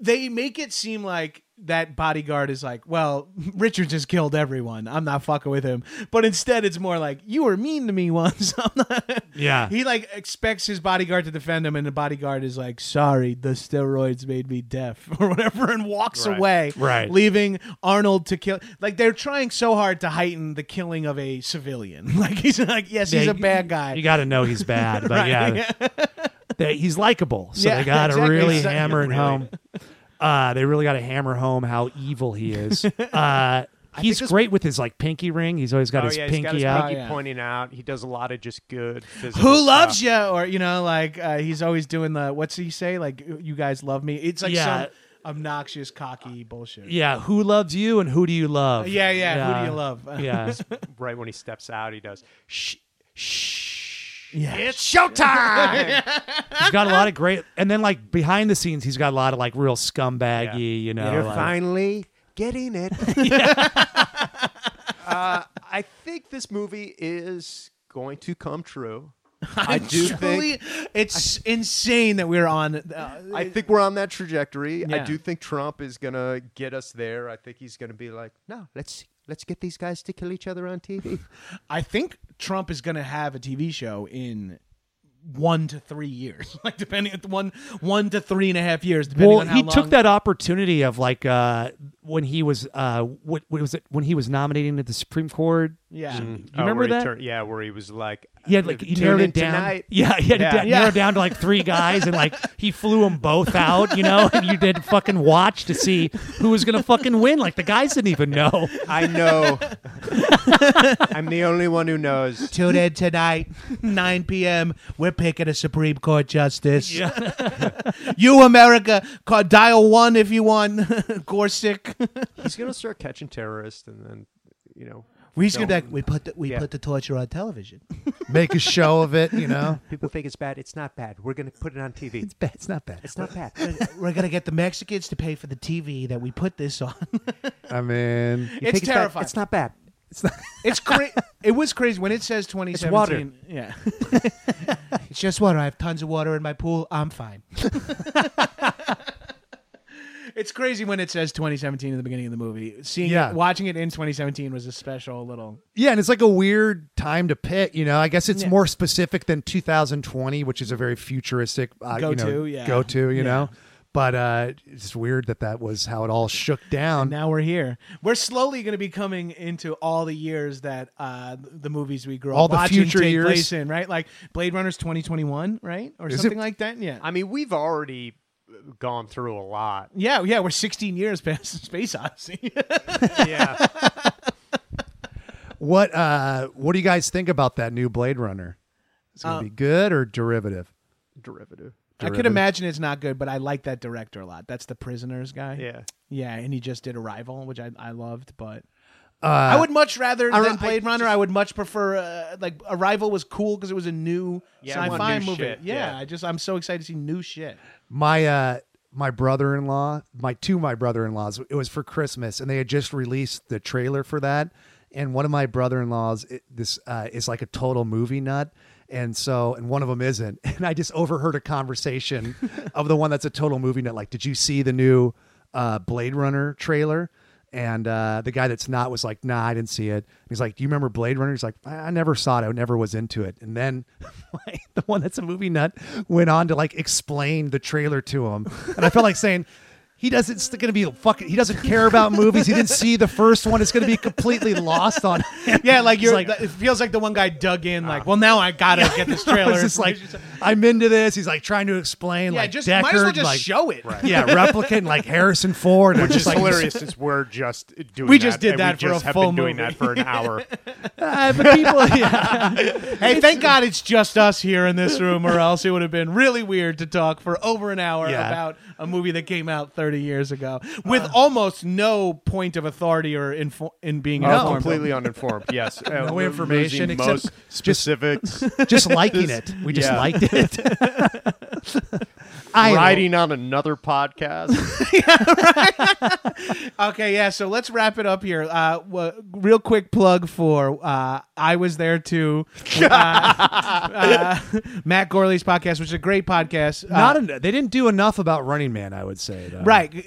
Speaker 1: They make it seem like that bodyguard is like, well, Richards has killed everyone. I'm not fucking with him. But instead, it's more like, you were mean to me once. I'm not.
Speaker 2: Yeah.
Speaker 1: He like expects his bodyguard to defend him, and the bodyguard is like, sorry, the steroids made me deaf or whatever, and walks
Speaker 3: Right.
Speaker 1: away,
Speaker 2: Right.
Speaker 1: leaving Arnold to kill. Like, they're trying so hard to heighten the killing of a civilian. Like, he's like, yes, he's
Speaker 2: Yeah,
Speaker 1: a bad guy.
Speaker 2: You got to know he's bad, but yeah, they- he's likable. So
Speaker 1: Yeah,
Speaker 2: they got to
Speaker 1: exactly.
Speaker 2: really
Speaker 1: So-
Speaker 2: hammer it
Speaker 3: Really.
Speaker 2: home. Uh, they really got to hammer home how evil he is. Uh, he's great with his like pinky ring. He's always got
Speaker 3: Oh
Speaker 2: his
Speaker 3: yeah, he's
Speaker 2: pinky
Speaker 3: got his
Speaker 2: out.
Speaker 3: pinky
Speaker 1: Oh, yeah.
Speaker 3: pointing out. He does a lot of just good.
Speaker 2: uh,
Speaker 1: who loves you or you know like uh, he's always doing the what's he say like you guys love me it's like
Speaker 2: Yeah.
Speaker 1: some obnoxious cocky bullshit
Speaker 2: Yeah, who loves you and who do you love?
Speaker 1: yeah, yeah, who do you love?
Speaker 2: Yeah,
Speaker 3: you? Right when he steps out, he does. Shh, shh.
Speaker 1: Yeah.
Speaker 3: It's showtime.
Speaker 2: he's got a lot of great. And then like behind the scenes, he's got a lot of like real scumbaggy.
Speaker 3: Yeah.
Speaker 2: You know,
Speaker 3: You're
Speaker 2: like-
Speaker 3: finally getting it. uh, I think this movie is going to come true. I do
Speaker 1: Truly,
Speaker 3: think.
Speaker 1: it's insane that we're on uh,
Speaker 3: I think we're on that trajectory. I
Speaker 1: Yeah.
Speaker 3: do think Trump is gonna get us there. I think he's gonna be like, no, let's let's get these guys to kill each other on TV.
Speaker 1: i think trump is going to have a tv show in one to three years, like depending on one one to three and a half years, depending
Speaker 2: well,
Speaker 1: on how
Speaker 2: he
Speaker 1: long.
Speaker 2: took that opportunity of like uh, when he was uh, what, what was it when he was nominating at the Supreme Court?
Speaker 1: Yeah.
Speaker 2: you remember
Speaker 3: Oh, where he
Speaker 2: that?
Speaker 3: turned- yeah, where he was like,
Speaker 2: Yeah, like he
Speaker 3: "Tune
Speaker 2: narrowed
Speaker 3: in
Speaker 2: it down.
Speaker 3: tonight."
Speaker 2: Yeah, he had
Speaker 3: Yeah.
Speaker 2: it down,
Speaker 1: Yeah.
Speaker 2: narrowed down to like three guys, and like he flew them both out, you know. And you did fucking watch to see who was gonna fucking win. Like the guys didn't even know.
Speaker 3: I know. I'm the only one who knows.
Speaker 1: Tune in tonight, 9 p.m. We're picking a Supreme Court justice. you America, call dial one if you want. Gorsuch.
Speaker 3: He's gonna start catching terrorists, and then you know,
Speaker 1: We just
Speaker 3: Don't-
Speaker 1: get back. We put the, we
Speaker 3: Yeah.
Speaker 1: put the torture on television.
Speaker 4: Make a show of it, you know?
Speaker 3: people think it's bad. It's not bad. We're gonna put it on TV.
Speaker 4: It's bad. It's not bad.
Speaker 3: It's not bad.
Speaker 1: We're gonna get the Mexicans to pay for the TV that we put this on.
Speaker 4: I mean,
Speaker 1: it's terrifying.
Speaker 3: It's not bad.
Speaker 1: It's cra- It was crazy when it says 2017.
Speaker 2: water.
Speaker 1: Yeah. it's just water. I have tons of water in my pool. I'm fine. it's crazy when it says 2017 in the beginning of the movie. Seeing
Speaker 4: Yeah.
Speaker 1: it, watching it in 2017 was a special little.
Speaker 4: yeah, and it's like a weird time to pick, you know? I guess it's
Speaker 1: Yeah.
Speaker 4: more specific than 2020, which is a very futuristic uh, you know,
Speaker 1: Go-to, yeah.
Speaker 4: go-to, you
Speaker 1: Yeah.
Speaker 4: know? But uh, it's weird that that was how it all shook down.
Speaker 1: Now we're here. We're slowly going to be coming into all the years that uh, the movies we grew
Speaker 4: All
Speaker 1: up
Speaker 4: the
Speaker 1: watching
Speaker 4: future
Speaker 1: take
Speaker 4: years.
Speaker 1: place in, right? Like Blade Runner's 2021, right, or
Speaker 4: Is it-
Speaker 1: something like that. Yeah.
Speaker 3: I mean, we've already uh, gone through a lot.
Speaker 1: yeah, yeah, we're 16 years past Space Odyssey.
Speaker 3: Yeah.
Speaker 4: What uh what do you guys think about that new Blade Runner? Is it gonna be good or derivative?
Speaker 3: Derivative.
Speaker 1: I could
Speaker 4: derivative.
Speaker 1: imagine it's not good, but I like that director a lot. That's the Prisoners guy.
Speaker 3: Yeah.
Speaker 1: Yeah, and he just did Arrival, which I, I loved, but
Speaker 4: Uh,
Speaker 1: I would much rather
Speaker 4: I-
Speaker 1: than
Speaker 4: I
Speaker 1: Blade Runner. I would much prefer uh, like Arrival was cool because it was a new
Speaker 3: Yeah, I want
Speaker 1: sci-fi
Speaker 3: new
Speaker 1: movie.
Speaker 3: shit,
Speaker 1: Yeah,
Speaker 3: yeah.
Speaker 1: I just I'm so excited to see new shit.
Speaker 4: my uh my brother-in-law, my two my brother-in-laws, it was for Christmas and they had just released the trailer for that and one of my brother-in-laws it, this uh is like a total movie nut and so and one of them isn't and I just overheard a conversation of the one that's a total movie nut like did you see the new uh Blade Runner trailer? And uh, the guy that's not was like, nah, I didn't see it. And he's like, do you remember Blade Runner? He's like, I, I never saw it. I never was into it. And then like, the one that's a movie nut went on to like explain the trailer to him. And I felt like saying, he doesn't, it's going to be fucking, he doesn't care about movies. He didn't see the first one. It's going to be completely lost on him.
Speaker 1: Yeah, like you're.
Speaker 4: like-
Speaker 1: it feels like the one guy dug in. Like, well, now I gotta get this
Speaker 4: I
Speaker 1: trailer.
Speaker 4: was just like, I'm into this. He's like trying to explain,
Speaker 1: yeah,
Speaker 4: like,
Speaker 1: just
Speaker 4: Deckard,
Speaker 1: might as well just
Speaker 4: like,
Speaker 1: show it.
Speaker 4: yeah, replicant, like Harrison Ford. Which
Speaker 3: Just
Speaker 4: like,
Speaker 3: hilarious since we're just uh, doing.
Speaker 1: We just
Speaker 3: that,
Speaker 1: did
Speaker 3: and
Speaker 1: that
Speaker 3: we
Speaker 1: for
Speaker 3: just
Speaker 1: a
Speaker 3: have
Speaker 1: full
Speaker 3: been doing
Speaker 1: movie.
Speaker 3: that for an hour.
Speaker 4: "Ah, but people, yeah.
Speaker 1: Hey, thank God it's just us here in this room, or else it would have been really weird to talk for over an hour
Speaker 4: Yeah.
Speaker 1: about a movie that came out 30 years ago with
Speaker 3: Uh.
Speaker 1: almost no point of authority or info- in being
Speaker 3: Oh,
Speaker 1: informed.
Speaker 3: completely uninformed. Yes, Uh,
Speaker 4: No
Speaker 3: lo-
Speaker 4: information
Speaker 3: losing
Speaker 4: except
Speaker 3: most specifics.
Speaker 4: just liking it. We just
Speaker 3: yeah.
Speaker 4: liked it. I
Speaker 3: Riding on another podcast.
Speaker 1: Okay, yeah. So let's wrap it up here. Uh, wha- real quick plug for uh, I was there too. Uh, uh, Matt Gorley's podcast, which is a great podcast. Uh,
Speaker 4: not en- they didn't do enough about Running Man. I would say though.
Speaker 1: right.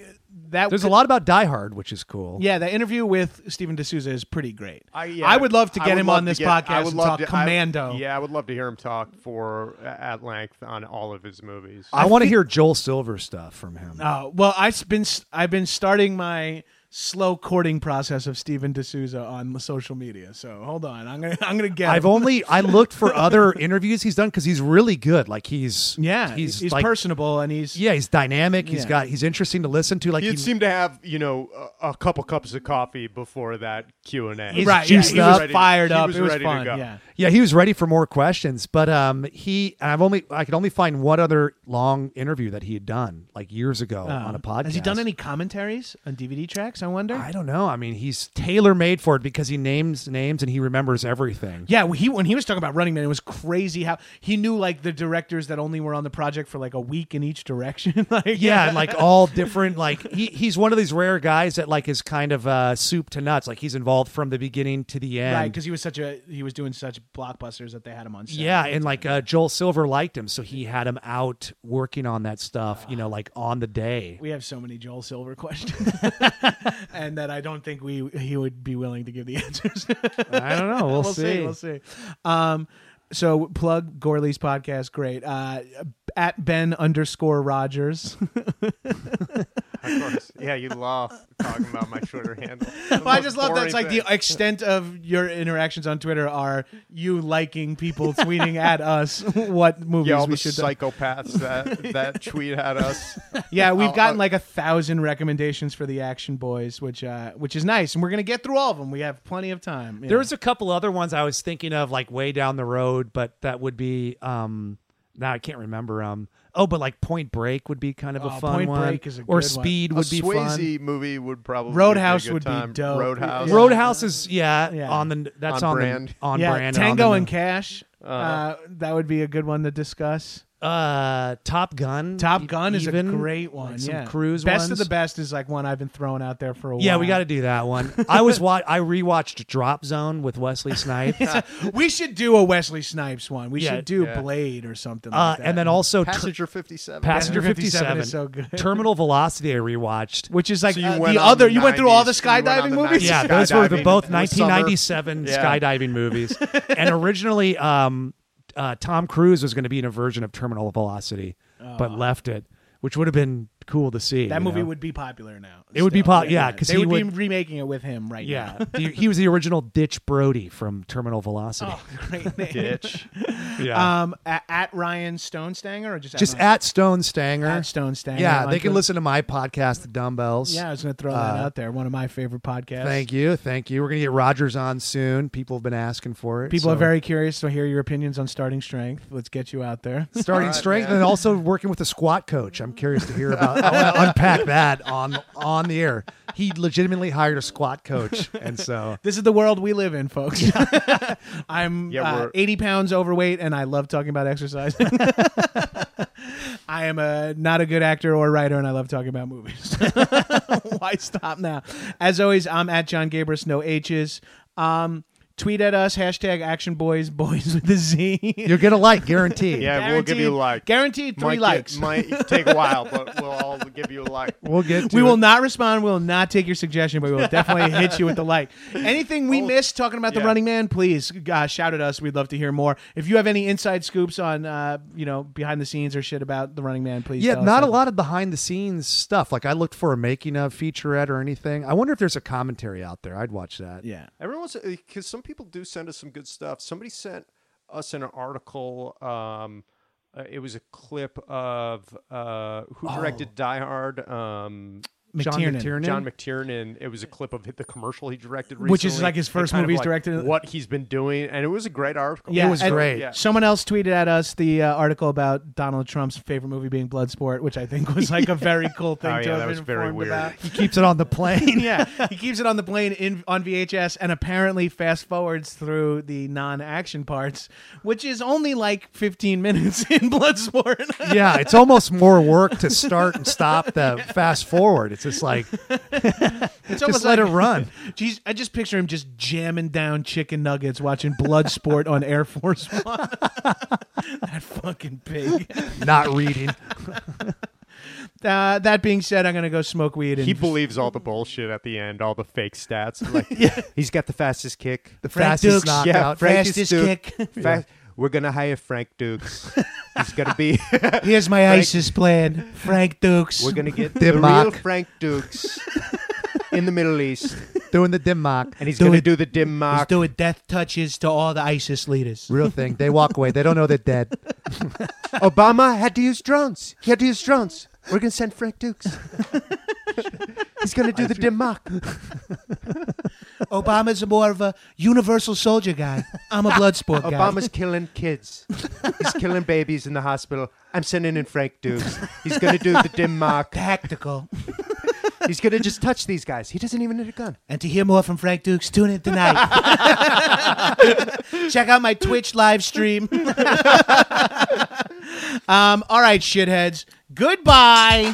Speaker 1: That
Speaker 4: There's a lot about Die Hard, which is cool.
Speaker 1: Yeah, the interview with Stephen D'Souza is pretty great.
Speaker 3: I, yeah,
Speaker 1: would love to
Speaker 3: I
Speaker 1: get
Speaker 3: would
Speaker 1: him
Speaker 3: love
Speaker 1: on
Speaker 3: to
Speaker 1: this
Speaker 3: get- I
Speaker 1: podcast
Speaker 3: would
Speaker 1: and
Speaker 3: love
Speaker 1: talk
Speaker 3: to- I-
Speaker 1: Commando.
Speaker 3: yeah, I would love to hear him talk for at length on all of his movies.
Speaker 4: I, want to hear Joel Silver stuff from him.
Speaker 1: Oh, well, I've been I've been starting my slow courting process of Stephen D'Souza on the social media. So hold on, I'm gonna I'm gonna get.
Speaker 4: I've
Speaker 1: him.
Speaker 4: only I looked for other interviews he's done because he's really good. Like he's
Speaker 1: yeah,
Speaker 4: he's,
Speaker 1: he's,
Speaker 4: like,
Speaker 1: personable and he's
Speaker 4: yeah he's dynamic. He's
Speaker 1: Yeah.
Speaker 4: got he's interesting to listen to. Like
Speaker 3: He'd
Speaker 4: he,
Speaker 3: seem to have, you know, a, a couple cups of coffee before that Q and A.
Speaker 4: He's
Speaker 1: right.
Speaker 4: juiced
Speaker 1: yeah, he was
Speaker 4: up.
Speaker 1: fired
Speaker 3: He
Speaker 1: up.
Speaker 3: was
Speaker 1: it was
Speaker 3: ready to
Speaker 1: fun.
Speaker 3: go.
Speaker 1: Yeah.
Speaker 4: yeah he was ready for more questions, but um he and I've only I could only find one other long interview that he had done like years ago on a podcast.
Speaker 1: Oh. Has he done any commentaries on DVD tracks? I wonder.
Speaker 4: I don't know. I mean, he's tailor made for it because he names names and he remembers everything.
Speaker 1: Yeah, when he when he was talking about Running Man, it was crazy how he knew like the directors that only were on the project for like a week in each direction. like
Speaker 4: yeah, and like all different. Like he, he's one of these rare guys that like is kind of uh, soup to nuts. Like he's involved from the beginning to the end.
Speaker 1: right because he was such a he was doing such blockbusters that they had him on. Set.
Speaker 4: yeah, and like uh, Joel Silver liked him, so he had him out working on that stuff. You know, like on the day.
Speaker 1: we have so many Joel Silver questions, and that I don't think we he would be willing to give the answers.
Speaker 4: I don't know. We'll,
Speaker 1: we'll see. We'll see. Um, So plug Gorley's podcast. Great. Uh, at Ben underscore Rogers.
Speaker 3: Of course. Yeah, you love talking about my Twitter handle.
Speaker 1: well, I just love that it's like the extent of your interactions on Twitter are you liking people tweeting at us what movies
Speaker 3: yeah, all
Speaker 1: we
Speaker 3: the
Speaker 1: should.
Speaker 3: psychopaths that that tweet at us.
Speaker 1: Yeah, we've
Speaker 3: I'll-
Speaker 1: gotten
Speaker 3: I'll-
Speaker 1: like a thousand recommendations for the Action Boys, which uh, which is nice, and we're gonna get through all of them. We have plenty of time. you know.
Speaker 4: There's a couple other ones I was thinking of, like way down the road, but that would be um now I can't remember um oh, but like Point Break would be kind of
Speaker 1: Oh,
Speaker 4: a fun
Speaker 1: Point
Speaker 4: one,
Speaker 1: Break is a
Speaker 4: or
Speaker 1: good one.
Speaker 4: Speed
Speaker 3: a
Speaker 4: would be fun.
Speaker 3: Swayze movie would probably
Speaker 1: Roadhouse
Speaker 3: be a good
Speaker 1: would be
Speaker 3: time.
Speaker 1: dope.
Speaker 3: Roadhouse.
Speaker 1: Yeah.
Speaker 4: Roadhouse is yeah,
Speaker 1: Yeah.
Speaker 4: on the that's
Speaker 3: On
Speaker 4: on,
Speaker 3: brand.
Speaker 4: the, on
Speaker 1: yeah,
Speaker 4: brand.
Speaker 1: Tango
Speaker 4: on
Speaker 1: and
Speaker 4: the-
Speaker 1: Cash.
Speaker 3: Uh-huh.
Speaker 1: uh that would be a good one to discuss.
Speaker 4: uh Top Gun.
Speaker 1: Top
Speaker 4: e-
Speaker 1: Gun is
Speaker 4: even,
Speaker 1: a great one.
Speaker 4: like some
Speaker 1: yeah,
Speaker 4: cruise
Speaker 1: Best
Speaker 4: ones.
Speaker 1: of the best is like one I've been throwing out there for a while.
Speaker 4: Yeah, we got to do that one. I was wa- I rewatched Drop Zone with Wesley Snipes, uh,
Speaker 1: We should do a Wesley Snipes one. We
Speaker 4: Yeah, Uh,
Speaker 1: should do
Speaker 3: yeah.
Speaker 1: Blade or something. like that.
Speaker 4: and then also Ter-
Speaker 3: Passenger 57.
Speaker 4: Passenger
Speaker 1: Passenger 57
Speaker 4: 57
Speaker 1: is so good.
Speaker 4: Terminal Velocity. I rewatched.
Speaker 1: which is like
Speaker 3: So you
Speaker 1: uh,
Speaker 3: went
Speaker 1: the
Speaker 3: on
Speaker 1: other.
Speaker 3: the
Speaker 1: you went through all the
Speaker 3: 90s, you went on
Speaker 1: skydiving
Speaker 3: the
Speaker 1: movies.
Speaker 3: 90s.
Speaker 4: yeah, those were the
Speaker 3: skydiving
Speaker 4: both
Speaker 3: in the summer.
Speaker 4: 1997
Speaker 3: Yeah.
Speaker 4: skydiving movies. and originally, um, uh, Tom Cruise was going to be in a version of Terminal Velocity, but left it, which would have been cool to see.
Speaker 1: Uh. That
Speaker 4: you
Speaker 1: movie
Speaker 4: know?
Speaker 1: would be popular now.
Speaker 4: It would be
Speaker 1: still.
Speaker 4: pop- yeah, 'cause
Speaker 1: they
Speaker 4: he
Speaker 1: would, be
Speaker 4: would-
Speaker 1: remaking it with him right
Speaker 4: Yeah,
Speaker 1: now.
Speaker 4: The- he was the original Ditch Brody from Terminal Velocity.
Speaker 1: Oh. Great name.
Speaker 3: Ditch.
Speaker 4: yeah.
Speaker 1: Um, at, at Ryan Stonestanger or just at
Speaker 2: Just
Speaker 1: Ryan?
Speaker 2: at Stone Stanger.
Speaker 1: At Stone Stanger
Speaker 2: Yeah,
Speaker 1: on
Speaker 2: they can
Speaker 1: Twitter.
Speaker 2: listen to my podcast, The Dumbbells.
Speaker 1: Yeah, I was going to throw
Speaker 3: Uh,
Speaker 1: that out there. One of my favorite podcasts.
Speaker 2: Thank you. Thank you. We're going to get Rogers on soon. People have been asking for it.
Speaker 1: People
Speaker 2: so-
Speaker 1: are very curious to hear your opinions on starting strength. Let's get you out there.
Speaker 2: starting
Speaker 3: All right,
Speaker 2: strength
Speaker 3: man.
Speaker 2: and also working with a squat coach. I'm curious to hear about I want to unpack that on on the air. He legitimately hired a squat coach and so
Speaker 1: This is the world we live in, folks. I'm
Speaker 3: Yeah,
Speaker 1: uh,
Speaker 3: we're-
Speaker 1: 80 pounds overweight, and I love talking about exercise. I am a not a good actor or writer, and I love talking about movies. Why stop now? As always, I'm at John Gabris, no H's. Um, tweet at us hashtag Action Boys, boys with a Z.
Speaker 2: you'll get a like guaranteed.
Speaker 3: Yeah, we'll give you a
Speaker 1: Guaranteed-
Speaker 3: like.
Speaker 1: Guaranteed three
Speaker 3: might get-
Speaker 1: likes.
Speaker 3: might take a while, but we'll all give you a like.
Speaker 2: We'll get to
Speaker 1: we
Speaker 2: it.
Speaker 1: will not respond. We will not take your suggestion, but we will definitely hit you with the like. Anything we missed talking about the
Speaker 3: yeah.
Speaker 1: Running Man, please uh, shout at us. We'd love to hear more. If you have any inside scoops on, uh, you know, behind the scenes or shit about the Running Man, please.
Speaker 2: Yeah,
Speaker 1: tell us
Speaker 2: not a
Speaker 1: that.
Speaker 2: lot of behind the scenes stuff. Like I looked for a making of featurette or anything. I wonder if there's a commentary out there. I'd watch that.
Speaker 1: Yeah,
Speaker 3: Everyone's because eh, some people do send us some good stuff. Somebody sent us an article. Um, uh, it was a clip of uh, who directed Die Hard. Um,
Speaker 2: John
Speaker 1: Oh. McTiernan.
Speaker 2: McTiernan.
Speaker 3: John McTiernan. It was a clip of the commercial he directed, recently,
Speaker 1: Which is like his
Speaker 3: and
Speaker 1: first
Speaker 3: kind of
Speaker 1: movie he's
Speaker 3: like
Speaker 1: directed.
Speaker 3: What he's been doing, and it was a great article.
Speaker 1: Yeah,
Speaker 2: It was
Speaker 1: and
Speaker 2: great.
Speaker 3: Yeah.
Speaker 1: Someone else tweeted at us the uh, article about Donald Trump's favorite movie being Bloodsport, which I think was like a very cool thing
Speaker 3: Oh,
Speaker 1: to
Speaker 3: yeah,
Speaker 1: have
Speaker 3: that
Speaker 1: been
Speaker 3: was very
Speaker 1: informed
Speaker 3: weird.
Speaker 1: about.
Speaker 2: He keeps it on the plane.
Speaker 1: yeah, he keeps it on the plane in on VHS and apparently fast forwards through the non-action parts, which is only like 15 minutes in Bloodsport.
Speaker 2: yeah, it's almost more work to start and stop the fast forward. It's just like
Speaker 1: It's
Speaker 2: just
Speaker 1: like-
Speaker 2: let it run.
Speaker 1: Geez, I just picture him just jamming down chicken nuggets watching Bloodsport on Air Force One. that fucking pig.
Speaker 2: Not reading.
Speaker 1: Uh, that being said, I'm gonna go smoke weed. And
Speaker 3: He believes all the bullshit at the end, all the fake stats. Like, he's got the fastest kick.
Speaker 2: The
Speaker 1: Frank
Speaker 2: fastest
Speaker 1: Dukes.
Speaker 2: knockout.
Speaker 3: yeah,
Speaker 1: Frank-
Speaker 3: Frank
Speaker 1: fastest
Speaker 3: Dukes.
Speaker 1: kick.
Speaker 3: Fa- We're gonna hire Frank Dukes. he's gonna be.
Speaker 1: Here's my ISIS plan, Frank Dukes.
Speaker 3: We're gonna get
Speaker 2: The
Speaker 3: the, real
Speaker 2: mock.
Speaker 3: Frank Dukes in the Middle East,
Speaker 2: doing the dim mock.
Speaker 3: and he's
Speaker 1: Do
Speaker 3: gonna
Speaker 1: it.
Speaker 3: do the dim
Speaker 1: He's
Speaker 3: mock.
Speaker 1: doing death touches to all the ISIS leaders.
Speaker 2: Real thing. They walk away. They don't know they're dead.
Speaker 3: Obama had to use drones. He had to use drones. We're gonna send Frank Dukes. he's gonna do the dim mock.
Speaker 1: Obama's more of a universal soldier guy. I'm a blood sport guy.
Speaker 3: Obama's killing kids. He's killing babies in the hospital. I'm sending in Frank Dukes. He's gonna do the dim mock.
Speaker 1: tactical.
Speaker 3: He's gonna just touch these guys. He doesn't even need a gun.
Speaker 1: And to hear more from Frank Dukes, tune in tonight. Check out my Twitch live stream. um, all right, shitheads. Goodbye.